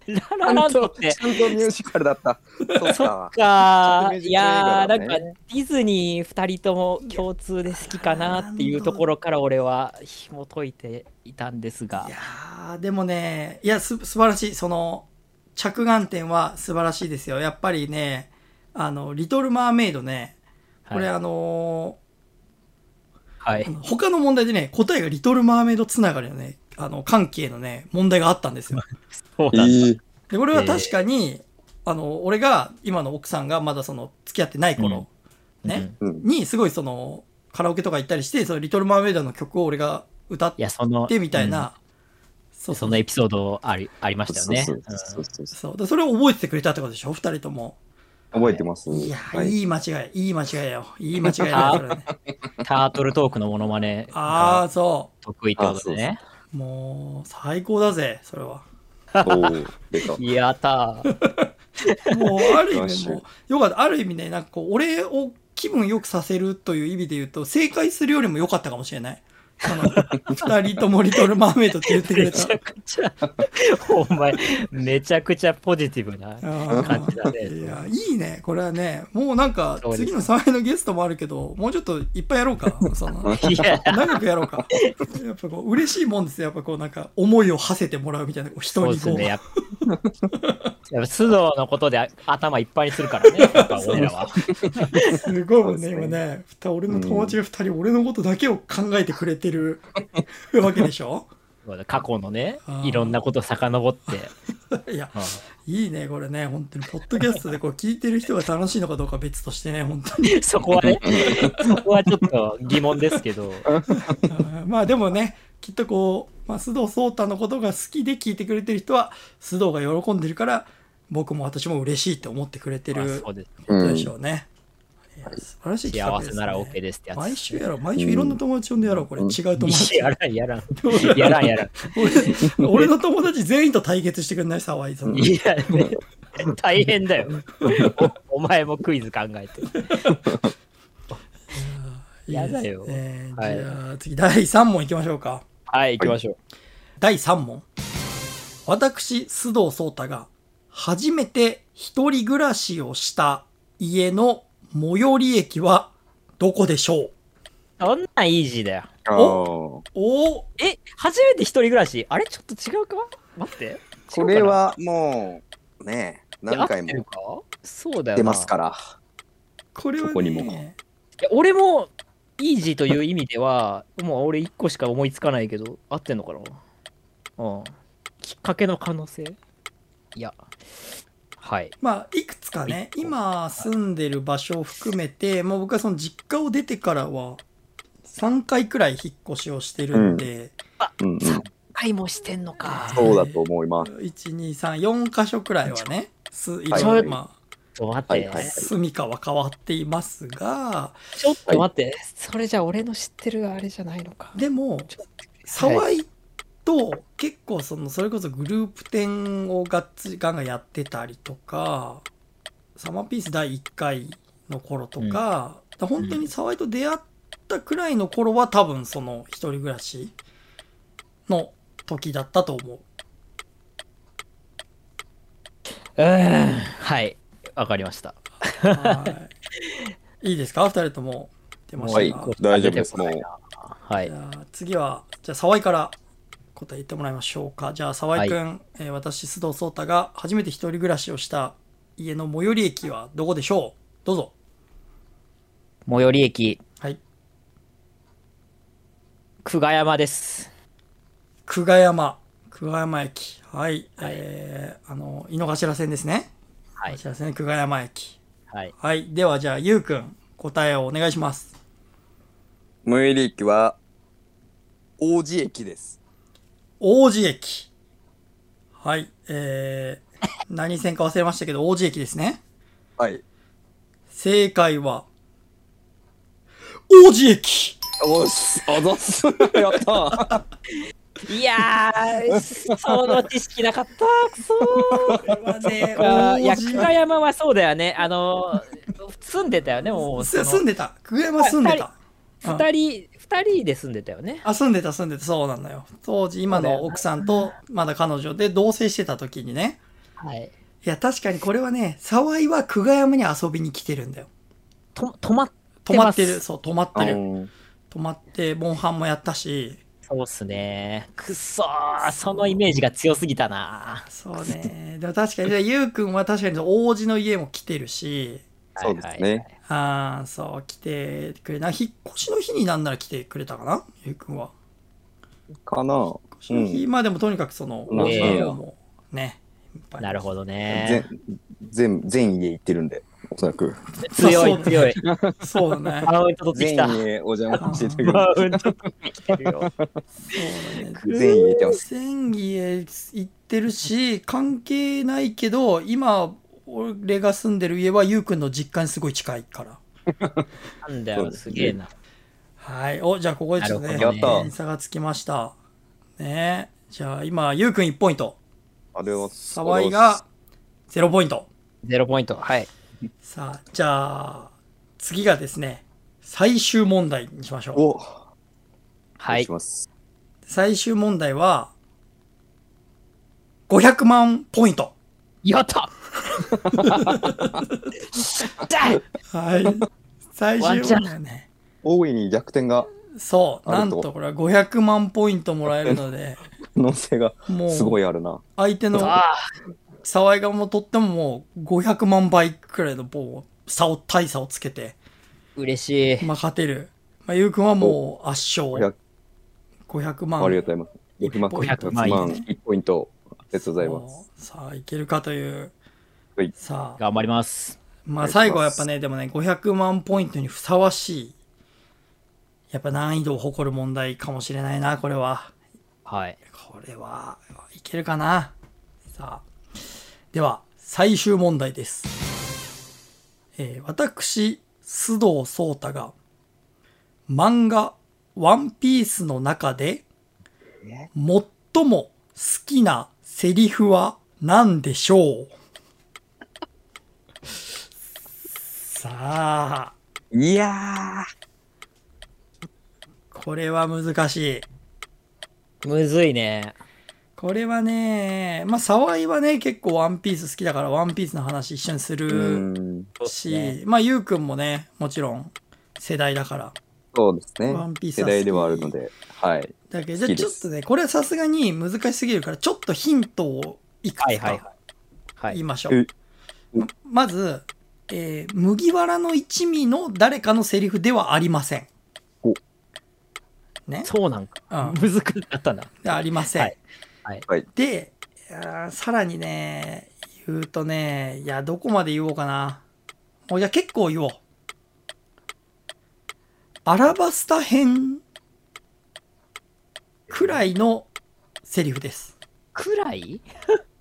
[SPEAKER 2] ララランドって
[SPEAKER 3] ち、ゃんとミュージカルだった。そう
[SPEAKER 2] そ
[SPEAKER 3] か
[SPEAKER 2] っ。か
[SPEAKER 3] ちょっと
[SPEAKER 2] ー、
[SPEAKER 3] ミュー
[SPEAKER 2] い
[SPEAKER 3] ジカル映
[SPEAKER 2] や
[SPEAKER 3] 画
[SPEAKER 2] ー、な
[SPEAKER 3] だね
[SPEAKER 2] んか、ディズニー2人とも共通で好きかなっていうところから俺は紐解いていたんですが
[SPEAKER 1] いや、ー、でもね、いや、す、素晴らしい。その、着眼点は素晴らしいですよ。やっぱりね、あの、リトル・マーメイドね、これ、
[SPEAKER 2] はい
[SPEAKER 1] あの
[SPEAKER 2] はい
[SPEAKER 1] ー、他の問題でね、答えがリトル・マーメイドつながりのね、あの、関係のね、問題があったんですよ。
[SPEAKER 2] そう
[SPEAKER 3] え
[SPEAKER 2] なんだ
[SPEAKER 3] ー
[SPEAKER 1] で、これは確かに、あの、俺が、今の奥さんがまだその、付き合ってない頃、ね、
[SPEAKER 2] うん
[SPEAKER 3] うん。
[SPEAKER 1] にすごいそのカラオケとか行ったりしてそのリトル・マーメイドの曲を俺が歌っ
[SPEAKER 2] いや、その、
[SPEAKER 1] てみたい
[SPEAKER 2] うん
[SPEAKER 1] な、そう
[SPEAKER 2] そ
[SPEAKER 1] そう
[SPEAKER 2] のエピソードありありましたよね
[SPEAKER 3] そう。そうそうそう
[SPEAKER 1] そうでそれを覚えててくれたってことでしょ二人とも
[SPEAKER 3] 覚えてます。
[SPEAKER 1] いや、、
[SPEAKER 3] はいい。
[SPEAKER 1] い間違いいい間違いよいい間違いだよそれね
[SPEAKER 2] うんタートルトークのモノマネ
[SPEAKER 1] あ
[SPEAKER 2] が
[SPEAKER 1] あそ
[SPEAKER 2] 得意ってことでね。
[SPEAKER 1] うもう最高だぜそれは
[SPEAKER 3] おー出た
[SPEAKER 2] やったー。
[SPEAKER 1] もうある意
[SPEAKER 3] よ
[SPEAKER 1] 味
[SPEAKER 3] し
[SPEAKER 1] もうよかったある意味ねなんかこう俺を気分よくさせるという意味で言うと正解するよりも良かったかもしれない その二人ともリトル・マーメイドって言ってくれ
[SPEAKER 2] め
[SPEAKER 1] た
[SPEAKER 2] ちゃくちゃ、お前、めちゃくちゃポジティブ な
[SPEAKER 1] あー
[SPEAKER 2] 感じだね。
[SPEAKER 1] いや、いいね。これはね、もうなんか
[SPEAKER 2] そう、です
[SPEAKER 1] 次の沢井のゲストもあるけど、もうちょっといっぱいやろうか。そ の
[SPEAKER 2] いや、
[SPEAKER 1] 長くやろうか。やっぱこう、嬉しいもんですよ。やっぱこう、なんか、思いを馳せてもらうみたいな、こう人
[SPEAKER 2] そう
[SPEAKER 1] に
[SPEAKER 2] で
[SPEAKER 1] こ
[SPEAKER 2] す
[SPEAKER 1] う。
[SPEAKER 2] ね。やっぱ、やっぱ須藤のことであ頭いっぱいにするからね、や っぱ俺らは。
[SPEAKER 1] すごいもんね、
[SPEAKER 3] そうですね
[SPEAKER 1] 今ね。ふた俺の友達が2人、俺のことだけを考えてくれてる わけでしょ
[SPEAKER 2] 過去のね
[SPEAKER 1] あ、ー
[SPEAKER 2] いろんなこと遡って。
[SPEAKER 1] いや、
[SPEAKER 2] うん
[SPEAKER 1] いいね、これね、本当に、ポッドキャストでこう聞いてる人が楽しいのかどうかは別としてね、本当に。
[SPEAKER 2] そこはね、そこはちょっと疑問です けど、
[SPEAKER 1] うんまあでもね、きっとこう、まあ、須藤壮太のことが好きで聞いてくれてる人は、須藤が喜んでるから、僕も私も嬉しいって思ってくれて
[SPEAKER 2] まあ
[SPEAKER 1] る
[SPEAKER 2] そうです
[SPEAKER 1] ことでしょうね。いや素晴らしい企画で
[SPEAKER 2] 幸
[SPEAKER 1] す、ね。
[SPEAKER 2] せなら OK ですってやつ。
[SPEAKER 1] 毎週やろう、毎週いろんな友達呼んでやろう、これ。
[SPEAKER 3] うん
[SPEAKER 1] 違う友達。
[SPEAKER 2] やらん、やらん。やらん、やらん。
[SPEAKER 1] 俺 俺の友達全員と対決してくんない、沢井さん。
[SPEAKER 2] いや、ね、大変だよお。お前もクイズ考えて。やだよ
[SPEAKER 1] いいですね
[SPEAKER 2] はい
[SPEAKER 1] じゃあ次、第3問いきましょうか。
[SPEAKER 2] はい、行きましょう。
[SPEAKER 1] 第3問。私、須藤壮太が初めて一人暮らしをした家の最寄り駅はどこでしょう
[SPEAKER 2] そんなんイージーだよ。
[SPEAKER 3] あー
[SPEAKER 1] おお
[SPEAKER 2] え、初めて一人暮らしあれちょっと違うか待って。
[SPEAKER 3] これはもうね何回も
[SPEAKER 2] 違うかな合ってるかそうだよな。
[SPEAKER 3] 出ますから。
[SPEAKER 1] これは、ね、
[SPEAKER 3] どこにも
[SPEAKER 2] いや俺も、イージーという意味では、 もう俺一個しか思いつかないけど、合ってんのかなうん。きっかけの可能性いや。はい。
[SPEAKER 1] まあ、いくつかね、今住んでる場所を含めて、まあ僕はその実家を出てからは3回くらい引っ越しをしてるんで、
[SPEAKER 3] うんうん
[SPEAKER 2] さ買いもしてんのか。
[SPEAKER 3] そうだと思います。
[SPEAKER 1] 1234箇所くらいはね、すい
[SPEAKER 3] はい
[SPEAKER 1] ろいろま
[SPEAKER 2] ちょっと待って、
[SPEAKER 3] はいはい
[SPEAKER 1] あ、住みかは変わっていますが、
[SPEAKER 2] ちょっと待って、それじゃ俺の知ってるあれじゃないのか。
[SPEAKER 1] でも
[SPEAKER 2] ちょっ
[SPEAKER 1] 沢井と結構そのそれこそグループ展をがっつりガンガンやってたりとかサマーピース第1回の頃とか,、だから本当に沢井と出会ったくらいの頃は多分その一人暮らしの時だったと 思う
[SPEAKER 2] うーん、はい、わかりました。。
[SPEAKER 1] はい、いいですか二人とも出ました
[SPEAKER 3] はい
[SPEAKER 1] が、
[SPEAKER 3] 大丈夫です。
[SPEAKER 2] 出
[SPEAKER 3] も
[SPEAKER 2] て
[SPEAKER 3] う
[SPEAKER 2] こないなはい
[SPEAKER 1] じ。ゃあ次はじゃあ沢井から答え言ってもらいましょうかじゃあ沢井くん、えー私須藤壮太が初めて一人暮らしをした家の最寄り駅はどこでしょうどうぞ
[SPEAKER 2] 最寄り駅、
[SPEAKER 1] はい
[SPEAKER 2] 久我山です。
[SPEAKER 1] 久我山久我山駅はい、えーあの井の頭線ですね
[SPEAKER 2] は
[SPEAKER 1] 井
[SPEAKER 2] い
[SPEAKER 1] の。頭線久我山駅
[SPEAKER 2] はい。
[SPEAKER 1] はいではじゃあゆうくん答えをお願いします
[SPEAKER 3] 最寄り駅は王子駅です。
[SPEAKER 1] 王子駅はいえー、何線か忘れましたけど王子駅ですね
[SPEAKER 3] はい。
[SPEAKER 1] 正解は王子駅
[SPEAKER 3] おっす、あざっす、やったー。
[SPEAKER 2] いやー、その知識なかった。くそ
[SPEAKER 1] まあね、
[SPEAKER 2] ー。いや、
[SPEAKER 1] 王子
[SPEAKER 2] 久我山はそうだよね。あのー、住んでたよね、もう。そ
[SPEAKER 1] す
[SPEAKER 2] の
[SPEAKER 1] 住んでた。久我山住んでた。うん
[SPEAKER 2] 二人、二人で住んでたよね。
[SPEAKER 1] あ、住んでた、住んでた。そうなんだよ。当時、今の奥さんと、まだ彼女で同棲してた時にね。
[SPEAKER 2] はい。
[SPEAKER 1] いや、確かにこれはね、沢井は久我山に遊びに来てるんだよ。
[SPEAKER 2] と、泊まっ、
[SPEAKER 1] 泊まって
[SPEAKER 2] 来て
[SPEAKER 1] る。
[SPEAKER 2] ます
[SPEAKER 1] そう、泊まってる。泊まって、モンハンもやったし。
[SPEAKER 2] そうっすね。くっそー、そのイメージが強すぎたな。
[SPEAKER 1] そう ね。でも確かに、じゃあゆうくんは確かに王子の家も来てるし。
[SPEAKER 3] そうですね。
[SPEAKER 1] ああ、そう、来てくれな。引っ越しの日になんなら来てくれたかなゆうくんは。
[SPEAKER 3] かな。う
[SPEAKER 1] 引っ越しの日
[SPEAKER 3] ん。
[SPEAKER 1] まあでもとにかくその、
[SPEAKER 3] うん
[SPEAKER 1] 王子の方もね。いっぱい
[SPEAKER 2] なるほどね
[SPEAKER 3] 全。、全、全家行ってるんで、おそらく。
[SPEAKER 2] 強
[SPEAKER 1] そう
[SPEAKER 2] い強い。
[SPEAKER 1] そうだ ね。
[SPEAKER 2] マウント取ってき
[SPEAKER 3] 全
[SPEAKER 2] た。
[SPEAKER 3] 家お邪魔 してる。
[SPEAKER 2] マウント取ってきてるよ。
[SPEAKER 1] そうだね。
[SPEAKER 3] 全員入れてます
[SPEAKER 1] 全員行ってるし、関係ないけど、今、俺が住んでる家はゆうくんの実家にすごい近いから。
[SPEAKER 2] なんだよ、すげえな。
[SPEAKER 1] はい。お、じゃあここでちょっとね、
[SPEAKER 2] な
[SPEAKER 3] るほどねやった
[SPEAKER 1] 点差がつきました。ねじゃあ今、ゆうくん1ポイント。
[SPEAKER 3] あれは、
[SPEAKER 1] 沢井が0ポイント。
[SPEAKER 2] ゼロポイント。はい。
[SPEAKER 1] さあ、じゃあ、次がですね、最終問題にしましょう。
[SPEAKER 3] お、お
[SPEAKER 2] は
[SPEAKER 3] 願い
[SPEAKER 2] い
[SPEAKER 3] し。ます。
[SPEAKER 1] 最終問題は、500万ポイント。
[SPEAKER 2] やっただ
[SPEAKER 1] はい。最終問題ね。
[SPEAKER 3] 大いに逆転が、
[SPEAKER 1] そう。
[SPEAKER 3] あ
[SPEAKER 1] な
[SPEAKER 3] る
[SPEAKER 1] ん
[SPEAKER 3] と
[SPEAKER 1] とこれは500万ポイントもらえるの で、
[SPEAKER 3] 可能性が
[SPEAKER 1] も
[SPEAKER 3] すご
[SPEAKER 1] う
[SPEAKER 3] いあるな。
[SPEAKER 1] 相手の
[SPEAKER 2] あ
[SPEAKER 1] 沢井がもうとってももう500万倍くらいの棒差を、大差をつけて、
[SPEAKER 2] 嬉しい。
[SPEAKER 1] まあ勝てる。まあ、ゆうくんはもう圧勝。
[SPEAKER 3] 500
[SPEAKER 1] 500
[SPEAKER 3] あり
[SPEAKER 1] 万
[SPEAKER 3] がとうございます。 F マック
[SPEAKER 2] 500
[SPEAKER 3] 100
[SPEAKER 2] 万
[SPEAKER 3] 万
[SPEAKER 2] 円
[SPEAKER 3] 1ポイント。ありがとうございます。
[SPEAKER 1] さあ、いけるかという。
[SPEAKER 3] はい
[SPEAKER 1] さあ、
[SPEAKER 2] 頑張ります。
[SPEAKER 1] ま
[SPEAKER 3] お願
[SPEAKER 1] あ
[SPEAKER 3] いします
[SPEAKER 1] 最後はやっぱね、でもね、500万ポイントにふさわしい、やっぱ難易度を誇る問題かもしれないな、これは。
[SPEAKER 2] はい。
[SPEAKER 1] これは、いけるかな。さあ。では、最終問題です。えー私、須藤壮太が、漫画、ワンピースの中で、最も好きなセリフは何でしょうさあ、
[SPEAKER 3] いや
[SPEAKER 1] これは難しい。
[SPEAKER 2] むずいね。
[SPEAKER 1] これはね、まあ、沢井はね、結構ワンピース好きだから、ワンピースの話一緒にす
[SPEAKER 3] ー。う
[SPEAKER 1] る
[SPEAKER 3] ん。
[SPEAKER 2] そうっす
[SPEAKER 1] し、
[SPEAKER 2] ね
[SPEAKER 1] まあ、ゆうくんもね、もちろん世代だから。
[SPEAKER 3] そうですね
[SPEAKER 1] ワンピー。ス
[SPEAKER 3] 世
[SPEAKER 1] は好き
[SPEAKER 3] 代ではあるので。はい。
[SPEAKER 1] だけど、じゃ
[SPEAKER 3] 好
[SPEAKER 1] あ
[SPEAKER 3] きで
[SPEAKER 1] ち
[SPEAKER 3] す
[SPEAKER 1] ょっとね、これはさすがに難しすぎるから、ちょっとヒントをいく
[SPEAKER 2] はい
[SPEAKER 1] つ
[SPEAKER 2] はいはい
[SPEAKER 1] か。
[SPEAKER 2] は
[SPEAKER 1] 言い
[SPEAKER 2] い。
[SPEAKER 1] ましょ
[SPEAKER 3] え
[SPEAKER 1] う。ままず、えー麦わらの一味の誰かのセリフではありません。
[SPEAKER 3] お
[SPEAKER 1] ね、
[SPEAKER 2] そうなんか。
[SPEAKER 1] うん
[SPEAKER 2] むずくなったな。
[SPEAKER 1] でありません。
[SPEAKER 2] はいはい。
[SPEAKER 1] で、いやーさらにね、言うとね、いや、どこまで言おうかな。もうじゃあ結構言おう。アラバスタ編くらいのセリフです。
[SPEAKER 2] くらい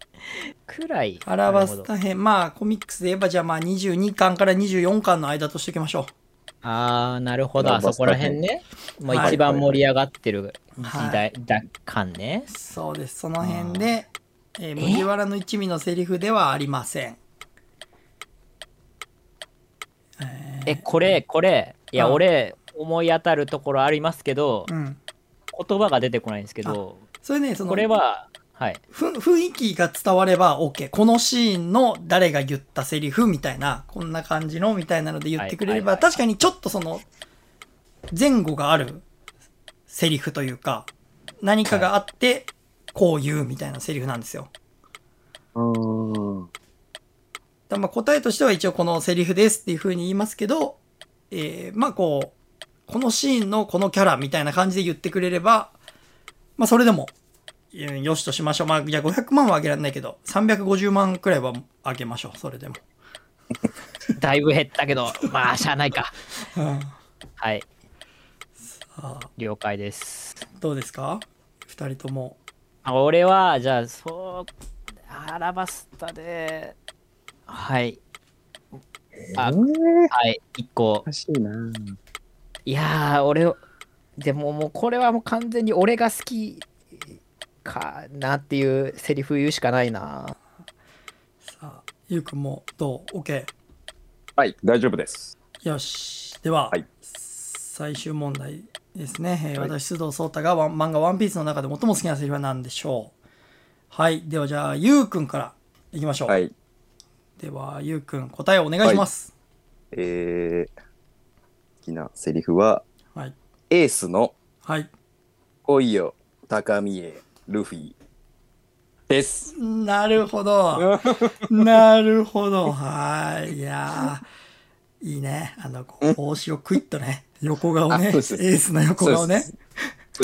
[SPEAKER 2] くらい。
[SPEAKER 1] アラバ
[SPEAKER 2] な
[SPEAKER 1] ス
[SPEAKER 2] るほど
[SPEAKER 1] タ編、まあコミックスで言えばじゃあまあ22巻から24巻の間としておきましょ
[SPEAKER 2] あー、なるほ
[SPEAKER 3] ア
[SPEAKER 2] ど。
[SPEAKER 3] ラ
[SPEAKER 2] あ
[SPEAKER 3] バ
[SPEAKER 2] そ
[SPEAKER 3] スタ
[SPEAKER 2] こら辺ね。もう
[SPEAKER 1] はい
[SPEAKER 2] 一番盛り上がってる時
[SPEAKER 1] は
[SPEAKER 2] 代だ感ね
[SPEAKER 1] う。。そうです。その辺で、えー麦わらの一味のセリフではありません。
[SPEAKER 2] え、これ、これ。いや、
[SPEAKER 1] うん
[SPEAKER 2] 俺、思い当たるところありますけど、
[SPEAKER 1] うん。
[SPEAKER 2] 言葉が出てこないんですけど、
[SPEAKER 1] それね、その、
[SPEAKER 2] これは、はい。
[SPEAKER 1] ふ雰囲気が伝われば OK。このシーンの誰が言ったセリフみたいな、こんな感じのみたいなので言ってくれれば、
[SPEAKER 2] はいはいはいはい
[SPEAKER 1] 確かにちょっとその、前後があるセリフというか、何かがあって、こう言うみたいなセリフなんですよ。
[SPEAKER 3] うん。
[SPEAKER 1] だまあ答えとしては一応このセリフですっていう風に言いますけど、えーまあこう、このシーンのこのキャラみたいな感じで言ってくれれば、まあそれでも、うんよしとしましょう。まあ、いや、500万はあげられないけど、350万くらいはあげましょう。それでも。
[SPEAKER 2] だいぶ減ったけど、 まあ、しゃあないか。
[SPEAKER 1] うん
[SPEAKER 2] はい、
[SPEAKER 1] あー
[SPEAKER 2] 了解です。
[SPEAKER 1] どうですか二人とも。
[SPEAKER 2] あ俺は、じゃあ、そう、アラバスタで、はい、あ
[SPEAKER 3] えー
[SPEAKER 2] はい、一個。
[SPEAKER 3] 難しいない
[SPEAKER 2] やー、俺、でももう、これはもう完全に俺が好きかなっていうセリフ言うしかないな。
[SPEAKER 1] さあ、ゆうくんもどう ?OK。
[SPEAKER 3] はい、大丈夫です。
[SPEAKER 1] よし。では、
[SPEAKER 3] はい
[SPEAKER 1] 最終問題ですね。えー
[SPEAKER 3] はい
[SPEAKER 1] 私、須藤壮太がワン漫画ワンピースの中で最も好きなセリフは何でしょうはい。では、じゃあ、ゆうくんからいきましょう。
[SPEAKER 3] はい。
[SPEAKER 1] では、ゆうくん、答えをお願いします。
[SPEAKER 3] えー、好きなセリフは、
[SPEAKER 1] はい。
[SPEAKER 3] エースの
[SPEAKER 1] はい。
[SPEAKER 3] 恋よ、高見へ、ルフィ。です。
[SPEAKER 1] なるほ ど。なるほど。はい。いやーいいね。あの、こう帽子をクイッとね、横顔ね、エ
[SPEAKER 3] あそうです
[SPEAKER 1] ースの横顔ね。
[SPEAKER 3] そ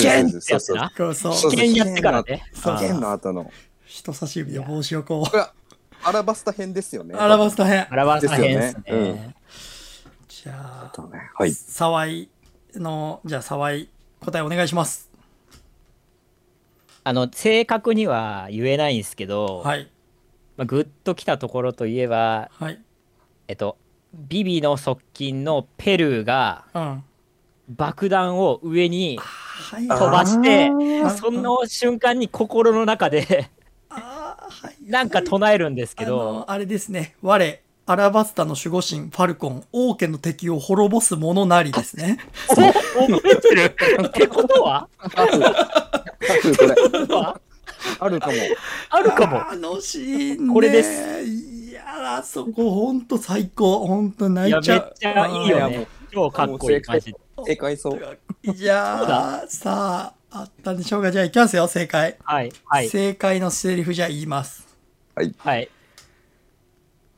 [SPEAKER 2] て
[SPEAKER 3] うです。そう
[SPEAKER 2] や
[SPEAKER 3] です
[SPEAKER 2] つ
[SPEAKER 3] そうです
[SPEAKER 2] な。
[SPEAKER 1] こうそう。
[SPEAKER 3] そうそう
[SPEAKER 2] 剣やってからね。
[SPEAKER 1] そう
[SPEAKER 3] 剣の後の。
[SPEAKER 1] 人差し指で帽子をこ
[SPEAKER 3] これはアラバスタ編ですよね。
[SPEAKER 1] う、表すたへん
[SPEAKER 2] ア。ラバスタ編ですね。
[SPEAKER 3] ですよね
[SPEAKER 1] じゃあ、
[SPEAKER 3] はい。
[SPEAKER 1] 沢井の、じゃあ沢井、答えお願いします。
[SPEAKER 2] あの、正確には言えないんですけど、
[SPEAKER 1] はい。
[SPEAKER 2] まあ、グッときたところといえば、
[SPEAKER 1] はい。
[SPEAKER 2] えっと、ビビの側近のペルーが
[SPEAKER 1] うん。は
[SPEAKER 2] 爆弾を上に
[SPEAKER 1] い。
[SPEAKER 2] 飛ばして
[SPEAKER 1] あー、
[SPEAKER 2] その瞬間に心の中で
[SPEAKER 1] あーはい。
[SPEAKER 2] なんか唱えるんです
[SPEAKER 1] あ
[SPEAKER 2] けど、
[SPEAKER 1] の、あれですね。我、アラバスタの守護神、ファルコン、王家の敵を滅ぼす者なりです ね。
[SPEAKER 2] そう覚えてるってことは
[SPEAKER 3] ある。ある、これ。
[SPEAKER 2] は
[SPEAKER 3] あるかも。
[SPEAKER 2] あるかも。
[SPEAKER 1] あのシーン、ね、。
[SPEAKER 2] これです
[SPEAKER 1] いやあそこ、ほんと最高。ほんと
[SPEAKER 2] い
[SPEAKER 1] 泣
[SPEAKER 2] や、
[SPEAKER 1] いち
[SPEAKER 2] め
[SPEAKER 1] ゃ
[SPEAKER 2] っ
[SPEAKER 1] う。
[SPEAKER 2] ちゃいいよ
[SPEAKER 3] あーいやも
[SPEAKER 2] ね
[SPEAKER 3] う。
[SPEAKER 2] 超かっこいい感じ。
[SPEAKER 3] 正解そう。
[SPEAKER 1] うん。いやあさあ、あったんでしょうか。じゃあ、いきますよ、正解。
[SPEAKER 2] はい、はい、
[SPEAKER 1] 正解のセリフじゃ言います。
[SPEAKER 2] はい。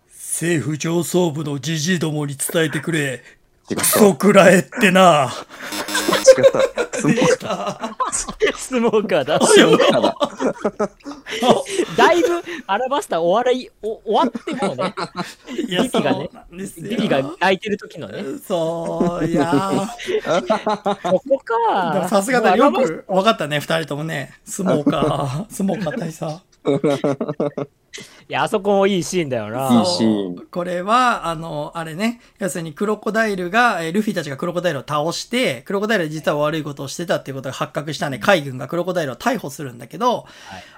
[SPEAKER 1] 政府上層部のじじいどもに伝えてくれ。
[SPEAKER 3] 違っ
[SPEAKER 1] クソくらえってな。
[SPEAKER 3] 違った。スモーカ
[SPEAKER 1] た。
[SPEAKER 2] スモーカーだ。
[SPEAKER 3] ーだ。
[SPEAKER 2] だいぶ、アラバスタお笑い、お終わってもうね、
[SPEAKER 1] いや、
[SPEAKER 2] リ
[SPEAKER 1] そ
[SPEAKER 2] ピ
[SPEAKER 1] う
[SPEAKER 2] がね
[SPEAKER 1] なんですよ。
[SPEAKER 2] ビビが泣いてる時のね、
[SPEAKER 1] そう、いやー
[SPEAKER 2] ここ
[SPEAKER 1] でも
[SPEAKER 2] か。
[SPEAKER 1] さすがだ
[SPEAKER 2] もう
[SPEAKER 1] よ
[SPEAKER 2] アラバス
[SPEAKER 1] く分かったね、二人ともね。スモー カー、スモーカー大佐。
[SPEAKER 2] いや、あそこもいいシーンだよ
[SPEAKER 3] いい
[SPEAKER 2] な。
[SPEAKER 3] シーン
[SPEAKER 1] そうこれは、あの、あれね、要するにクロコダイルが、えールフィたちがクロコダイルを倒して、クロコダイルは実は悪いことをしてたっていうことが発覚したんで、海軍がクロコダイルを逮捕するんだけど、
[SPEAKER 2] はい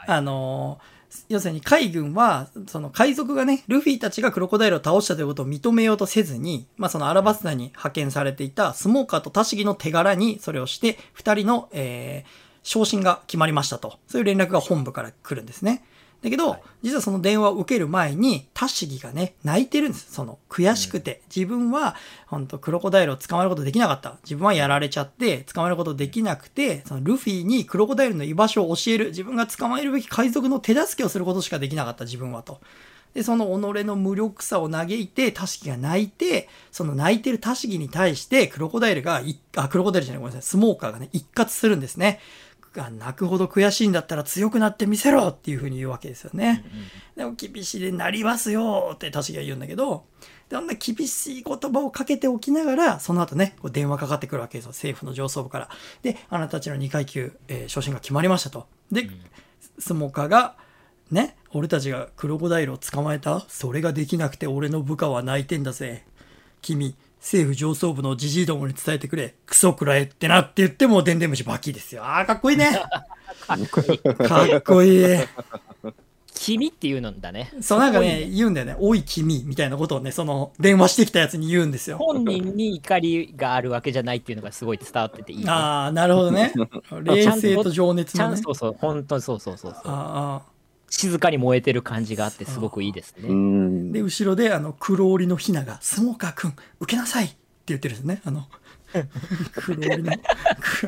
[SPEAKER 2] はい
[SPEAKER 1] あのー要するに海軍は、その海賊がね、ルフィたちがクロコダイルを倒したということを認めようとせずに、まあそのアラバスタに派遣されていたスモーカーとタシギの手柄にそれをして、二人の、えー昇進が決まりましたと。そういう連絡が本部から来るんですね。だけど、
[SPEAKER 2] はい
[SPEAKER 1] 実はその電話を受ける前に、タシギがね、泣いてるんです。その、悔しくて。自分は、本当クロコダイルを捕まえることできなかった。自分はやられちゃって、捕まえることできなくて、そのルフィにクロコダイルの居場所を教える。自分が捕まえるべき海賊の手助けをすることしかできなかった、自分はと。で、その己の無力さを嘆いて、タシギが泣いて、その泣いてるタシギに対して、クロコダイルがい、あ、クロコダイルじゃない、ごめんなさい、スモーカーがね、一括するんですね。あ泣くほど悔しいんだったら強くなってみせろっていうふうに言うわけですよね。でも厳しいでなりますよってタシギが言うんだけど、でそんな厳しい言葉をかけておきながら、その後ね、こう電話かかってくるわけですよ。政府の上層部から。で、あなたたちの2階級、えー昇進が決まりましたと。で、スモカが、ね、俺たちがクロコダイルを捕まえたそれができなくて俺の部下は泣いてんだぜ。君、政府上層部のじじいどもに伝えてくれ。クソくらえってなって言っても、でんでん虫バキですよ。あーかっこいいね。かっこいい。
[SPEAKER 2] 君っていうのだね。
[SPEAKER 1] そう、なんか
[SPEAKER 2] すご
[SPEAKER 1] ね、言うんだよね。おい君、みたいなことをね、その、電話してきたやつに言うんですよ。
[SPEAKER 2] 本人に怒りがあるわけじゃないっていうのがすごい伝わってていいね。
[SPEAKER 1] ああ、なるほど ね。冷静と情熱
[SPEAKER 2] ちゃ
[SPEAKER 1] の
[SPEAKER 2] ん
[SPEAKER 1] ね。
[SPEAKER 2] そうそう、本当にそうそうそうそう。
[SPEAKER 1] ああ
[SPEAKER 2] 静かに燃えてる感じがあって、すごくいいです
[SPEAKER 3] う
[SPEAKER 2] ね。
[SPEAKER 3] ん
[SPEAKER 1] で、。後ろで、あの、黒織のヒナが、スモーカーくん、受けなさいって言ってるんですね。あ の、黒織の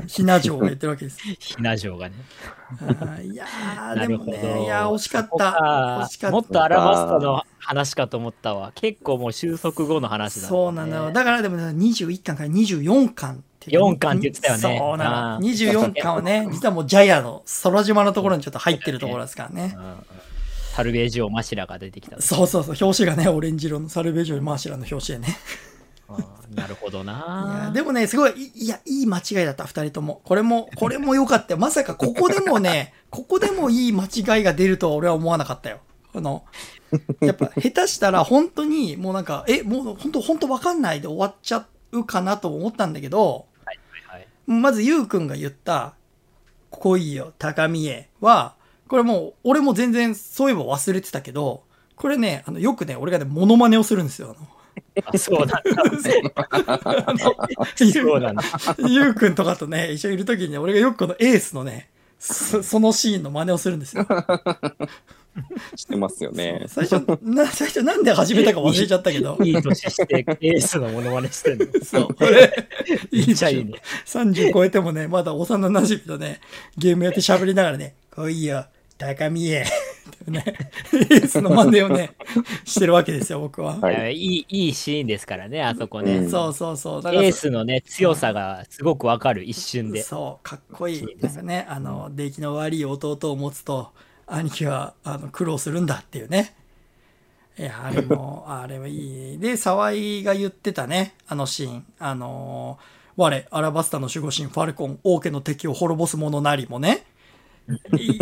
[SPEAKER 1] ひな嬢が言ってるわけです。
[SPEAKER 2] ひな城がね。
[SPEAKER 1] あーいやー、
[SPEAKER 2] な
[SPEAKER 1] で
[SPEAKER 2] る
[SPEAKER 1] も
[SPEAKER 2] ほど。
[SPEAKER 1] ね、いやー、惜しかっ
[SPEAKER 2] そこ
[SPEAKER 1] た。惜しか
[SPEAKER 2] も
[SPEAKER 1] っ
[SPEAKER 2] っとアラバスタの話かと思ったわ。結構もう収束後の
[SPEAKER 1] た。
[SPEAKER 2] 話だ、
[SPEAKER 1] そうなのよ。だからでもね、21巻から24巻っていう。
[SPEAKER 2] 4巻って言ってたよね
[SPEAKER 1] そうなの。
[SPEAKER 2] あー
[SPEAKER 1] 24巻はね、実はもうジャイアの空島のところにちょっと入ってるところですからね
[SPEAKER 2] う。んサルベージオマシラが出てきた。
[SPEAKER 1] そうそうそう、表紙がね、オレンジ色のサルベージョマーシャラの表紙でね。
[SPEAKER 2] うんなるほど
[SPEAKER 1] いや
[SPEAKER 2] な。
[SPEAKER 1] でもね、すごい、いいや、いい間違いだった、二人とも。これ も、これも良かったよ。まさか、ここでもね、ここでもいい間違いが出るとは俺は思わなかったよ。あの、やっぱ、下手したら、本当に、もうなんか、え、もう、本当本当わかんないで終わっちゃうかなと思ったんだけど、
[SPEAKER 2] はい
[SPEAKER 1] まず、ゆうくんが言った、来いよ、高見へは、これもう、俺も全然、そういえば忘れてたけど、これね、あの、よくね、俺がね、モノマネをするんですよ。あの
[SPEAKER 2] あそうなんだ。 そうなんだ。
[SPEAKER 1] ゆうくんとかとね、一緒にいるときにね、俺がよくこのエースのね、そそのシーンの真似をするんですよ。
[SPEAKER 3] してますよね。
[SPEAKER 1] 最初、な、最初なんで始めたか忘れちゃったけど。
[SPEAKER 2] いい年してエースのモノマネしてんの。
[SPEAKER 1] そう。これ、いい
[SPEAKER 2] めっ
[SPEAKER 1] で
[SPEAKER 2] ち
[SPEAKER 1] し
[SPEAKER 2] ゃ
[SPEAKER 1] ょ
[SPEAKER 2] いいね。
[SPEAKER 1] 30超えてもね、まだ幼馴染とね、ゲームやって喋りながらね、来いよ、高見へ。ってね、エースの真似をね、してるわけですよ、僕は。
[SPEAKER 3] はいい。
[SPEAKER 2] やいい、いいシーンですからね、あそこ
[SPEAKER 3] う
[SPEAKER 2] ね
[SPEAKER 3] ん。
[SPEAKER 1] そうそうそう。だから
[SPEAKER 2] エースのね、強さがすごくわかる、一瞬で。
[SPEAKER 1] そうかっこいいなんかねあの出来の悪い弟を持つと兄貴はあの苦労するんだっていうねいやあれも あれはいいで沢井が言ってたねあのシーンあのー我アラバスタの守護神ファルコン王家の敵を滅ぼす者なりもね いい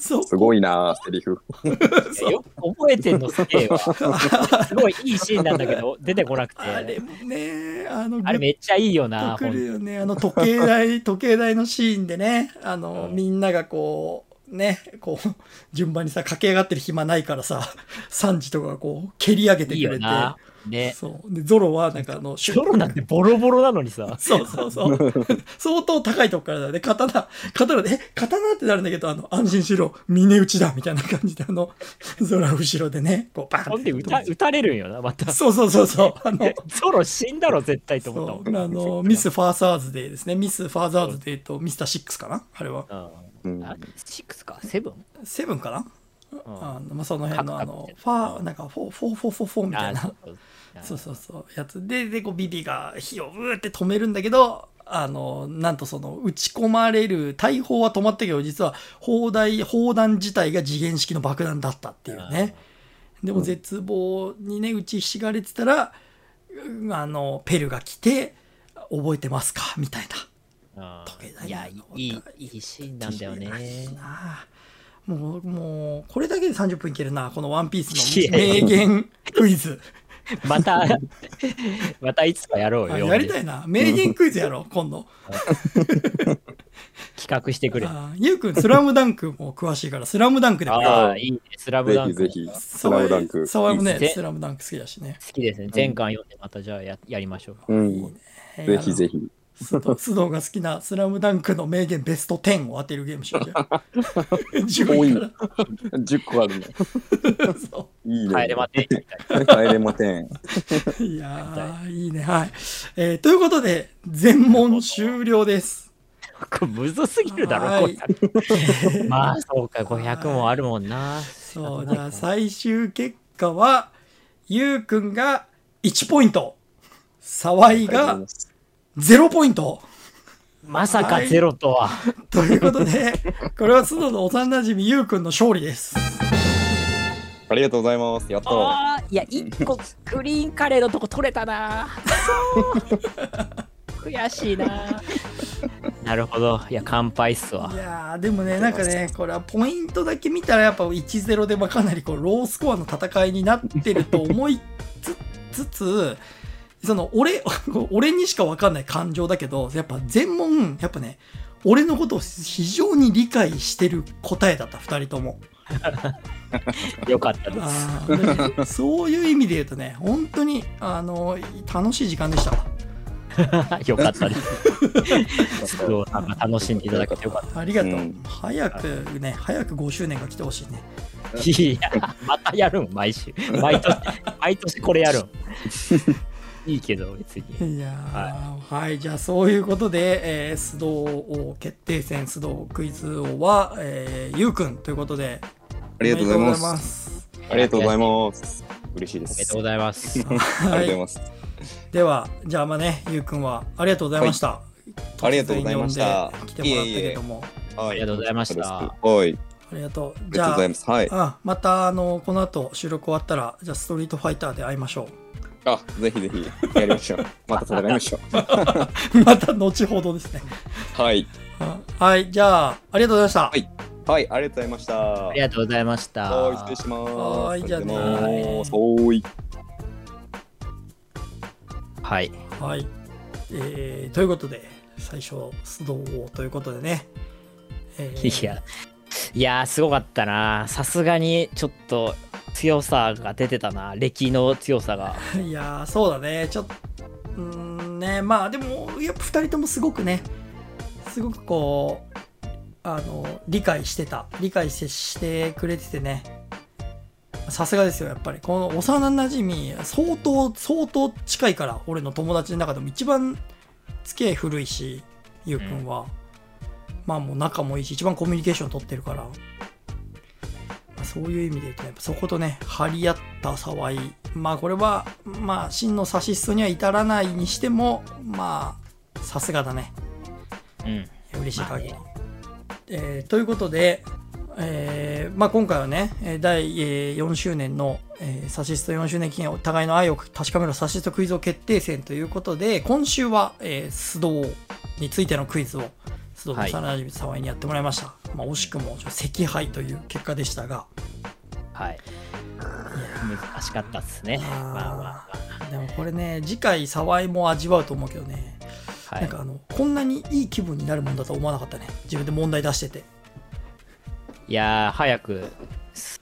[SPEAKER 1] そう
[SPEAKER 3] すごいな、セリフ。
[SPEAKER 2] よく覚えてんのすげえ わ。すごいいいシーンなんだけど、出てこなくて。
[SPEAKER 1] あれもねあの
[SPEAKER 2] あれめっちゃいいよな、
[SPEAKER 1] く
[SPEAKER 2] ほん
[SPEAKER 1] るよねあの時計台 時計台のシーンでねあの、
[SPEAKER 2] うん
[SPEAKER 1] みんながこうねこう順番にさ駆け上がってる暇ないからさ サンジとかがこう蹴り上げて
[SPEAKER 2] いい
[SPEAKER 1] く
[SPEAKER 2] よ
[SPEAKER 1] れて
[SPEAKER 2] な。ね。
[SPEAKER 1] そうでゾロはなんかあのシュ
[SPEAKER 2] ゾロなんてボロボロなのに さ。
[SPEAKER 1] そうそう そう。相当高いとこからだよね。刀、刀で、え、刀ってなるんだけど、あの、安心しろ、峰打ちだ、みたいな感じで、あの、ゾロは後ろでね、こう、バーン
[SPEAKER 2] ほ
[SPEAKER 1] っ
[SPEAKER 2] ん
[SPEAKER 1] て
[SPEAKER 2] で撃た、撃たれるんよな、また。
[SPEAKER 1] そうそうそうそう。あの、
[SPEAKER 2] ゾロ死んだろ、絶対と思った
[SPEAKER 1] そ
[SPEAKER 2] もん。
[SPEAKER 1] うあのミス・ファーザーズデーですね。ミス・ファーザーズデーとミスター6かなあれは。
[SPEAKER 3] う
[SPEAKER 2] うんん。あ、6か、7?
[SPEAKER 1] セブンかな、あのまあ、その辺のあの
[SPEAKER 2] 各々
[SPEAKER 1] ファー、なんかフォー、フォー、フォー、フォー、フォーみたいな。
[SPEAKER 2] そ
[SPEAKER 1] そ
[SPEAKER 2] う
[SPEAKER 1] うそうそう。やつで、で、こうビビが火をうーって止めるんだけど、あのなんとその打ち込まれる大砲は止まったけど実は砲台砲弾自体が次元式の爆弾だったっていうねでも絶望にね打ちひしがれてたらうんあのペルが来て「覚えてますか?」みたいな。
[SPEAKER 2] あ
[SPEAKER 1] 溶けな
[SPEAKER 2] ー
[SPEAKER 1] い
[SPEAKER 2] いや、いい、いいシーンなんだよね。
[SPEAKER 1] いいなあもうもうこれだけで30分いけるなこの「ワンピー
[SPEAKER 2] い
[SPEAKER 1] スの
[SPEAKER 2] や
[SPEAKER 1] 名言クイズ
[SPEAKER 2] また、 またいつかやろう
[SPEAKER 1] あ
[SPEAKER 2] よ。
[SPEAKER 1] やりた
[SPEAKER 2] い。
[SPEAKER 1] いな名言クイズや ろう今度
[SPEAKER 2] 企画してくれ。あ
[SPEAKER 1] あゆうくん「スラムダンクも詳しいから「スラムダンクでもやろう
[SPEAKER 2] あー、いいね。スラム
[SPEAKER 3] ぜ
[SPEAKER 2] ダ
[SPEAKER 3] ひ
[SPEAKER 2] ン
[SPEAKER 3] ぜ
[SPEAKER 2] ク。
[SPEAKER 3] ひ、ス
[SPEAKER 1] 沢
[SPEAKER 3] ラ
[SPEAKER 1] 井
[SPEAKER 3] ムダンク。
[SPEAKER 1] 沢井も
[SPEAKER 3] いい
[SPEAKER 1] ね
[SPEAKER 3] っ
[SPEAKER 2] で、す
[SPEAKER 1] スラムダンク好きだしね。
[SPEAKER 2] 好きですね。前巻読んで、またじゃあややりましょう。
[SPEAKER 3] すうん。ぜひぜひ。
[SPEAKER 1] ひ。須 藤須藤が好きなスラムダンクの名言ベスト10を当てるゲームしようじゃあ。
[SPEAKER 3] 多
[SPEAKER 1] 10
[SPEAKER 3] い
[SPEAKER 1] 位
[SPEAKER 3] な。10個あるね。
[SPEAKER 1] からそう
[SPEAKER 3] いいね。
[SPEAKER 2] 帰れませんみたいな。
[SPEAKER 3] 帰れません。
[SPEAKER 1] い やー、いいね。はい。えーということで、全問終了です。
[SPEAKER 2] これむずすぎるだ
[SPEAKER 1] は
[SPEAKER 2] ろ、
[SPEAKER 1] い
[SPEAKER 2] これ。まあ、そうか、500もあるもんな。
[SPEAKER 1] そう、じゃあ最終結果は、ゆうくんが1ポイント、沢井が0ポイント。
[SPEAKER 2] まさかゼロとは。
[SPEAKER 1] ということで、これは須藤の幼馴染みゆうくんの勝利です。
[SPEAKER 3] ありがとうございます。やった。
[SPEAKER 2] ああ、いや、1個グリーンカレーのとこ取れたな。そう悔しいな。なるほど。いや、乾杯っすわ
[SPEAKER 1] い。やーでもねなんかねこれはポイントだけ見たらやっぱ1-0でまあかなりこうロースコアの戦いになってると思いつつつその俺 俺にしか分かんない感情だけどやっぱ全問やっぱね俺のことを非常に理解してる答えだった2人とも
[SPEAKER 2] よかったです。
[SPEAKER 1] あー でそういう意味で言うとね本当にあの楽しい時間でした
[SPEAKER 2] よかったです。すごいなんか楽しんでいただけて よかっ
[SPEAKER 1] ありがとう、
[SPEAKER 3] うん
[SPEAKER 1] 早くね早く5周年が来てほしいね
[SPEAKER 2] た。いや、またやるん、毎週。毎年、毎年これやるん。いいけど、別に。
[SPEAKER 1] いやーはい、じゃあそういうことで、えー、須藤王決定戦須藤クイズ王は、えー、ゆうくんということで
[SPEAKER 3] ありがとうございます。
[SPEAKER 1] す。
[SPEAKER 3] ありがとうございます。嬉しいで。
[SPEAKER 2] おめですとうございます。
[SPEAKER 3] あ
[SPEAKER 1] は
[SPEAKER 3] りがとう
[SPEAKER 1] い、
[SPEAKER 3] ございます。
[SPEAKER 1] ではじゃあまあねゆうくんはありがとうございました。
[SPEAKER 3] ありがとうございまし
[SPEAKER 1] 突然
[SPEAKER 3] た
[SPEAKER 1] 呼んで来てもらったけども
[SPEAKER 3] はい。あ
[SPEAKER 2] りがとうございました
[SPEAKER 3] はい。
[SPEAKER 1] ありがと
[SPEAKER 3] あ
[SPEAKER 1] う。
[SPEAKER 3] り
[SPEAKER 1] じ
[SPEAKER 3] がとう
[SPEAKER 1] ゃ
[SPEAKER 3] ご
[SPEAKER 1] あ
[SPEAKER 3] ざいます。はい。
[SPEAKER 1] あまたあのこの後収録終わったらじゃあストリートファイターで会いましょ
[SPEAKER 3] あ、ぜひぜひ、やりまし ょう。また戦いましょ
[SPEAKER 1] う。 また後ほどですね。
[SPEAKER 3] う。はい。
[SPEAKER 1] あはいじゃあありがとうございました。
[SPEAKER 3] はい、ありがとうございました。
[SPEAKER 2] ありがとうございました。
[SPEAKER 3] はい、失礼します。
[SPEAKER 1] はいじゃあね
[SPEAKER 3] はい。
[SPEAKER 2] はい。
[SPEAKER 1] はい、えーということで最初須藤王ということでね、えー
[SPEAKER 2] いや、いやーすごかったな。さすがにちょっと強さが出てたな。歴の強さが。
[SPEAKER 1] いやーそうだねちょっとうーんねまあでもやっぱ2人ともすごくねすごくこうあの理解してた理解してしてくれててねさすがですよやっぱりこの幼なじみ相当相当近いから俺の友達の中でも一番付き合い古いしゆうくんは、まあもう仲もいいし一番コミュニケーション取ってるから、まあそういう意味で言うとやっぱそことね張り合った沢井まあこれはまあ真の差し進には至らないにしてもまあさすがだね
[SPEAKER 2] うん。
[SPEAKER 1] 嬉しい限り、えーということで、えーまあ、今回はねえー第えー4周年の、えーサシスト4周年記念お互いの愛を確かめるサシストクイズ王決定戦ということで今週は、えー須藤についてのクイズを須藤
[SPEAKER 2] は
[SPEAKER 1] の
[SPEAKER 2] い
[SPEAKER 1] 幼なじみ沢井にやってもらいました、まあ、惜しくもちょっと惜敗という結果でしたが
[SPEAKER 2] はい。難しかったっすね。
[SPEAKER 1] あー
[SPEAKER 2] まあまあ
[SPEAKER 1] でもこれね次回沢井も味わうと思うけどね、
[SPEAKER 2] まあ。
[SPEAKER 1] な
[SPEAKER 2] は
[SPEAKER 1] ん
[SPEAKER 2] い。
[SPEAKER 1] かあのこんなにいい気分になるもんだとは思わなかったね自分で問題出してて
[SPEAKER 2] いやー早く、す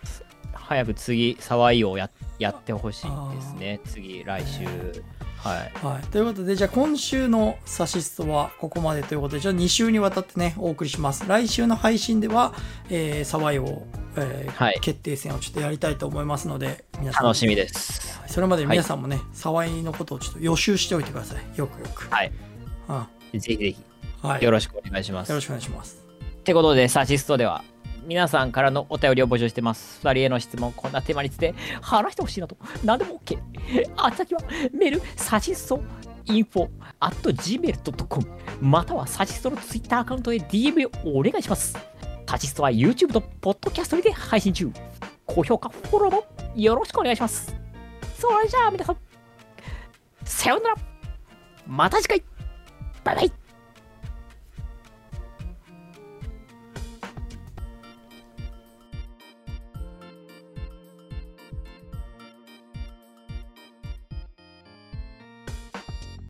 [SPEAKER 2] 早く次、沢井をややってほしいですね。次、来週。はい。
[SPEAKER 1] はい、ということで、じゃあ今週のサシストはここまでということで、じゃあ2週にわたってね、お送りします。来週の配信では、えー、サバイを、えー
[SPEAKER 2] はい
[SPEAKER 1] 決定戦をちょっとやりたいと思いますので、皆さん、
[SPEAKER 2] 楽しみです。
[SPEAKER 1] それまで皆さんもね、サワイのことをちょっと予習しておいてください。よくよく。
[SPEAKER 2] はい。
[SPEAKER 1] うん
[SPEAKER 2] ぜひぜ
[SPEAKER 1] はい、
[SPEAKER 2] ひ、よろしくお願いします。
[SPEAKER 1] よろしくお願いします。
[SPEAKER 2] ってことで、サシストでは、皆さんからのお便りを募集してます。二人への質問、こんなテーマについて、話してほしいなと、何でも OK。あ先は、メール、サシスト info.gmail.com またはサジストの Twitter アカウントへ DM をお願いします。サジストは YouTube と Podcast にて配信中。高評価、フォローもよろしくお願いします。それじゃあ皆さん、さようなら。また次回。バイバイ。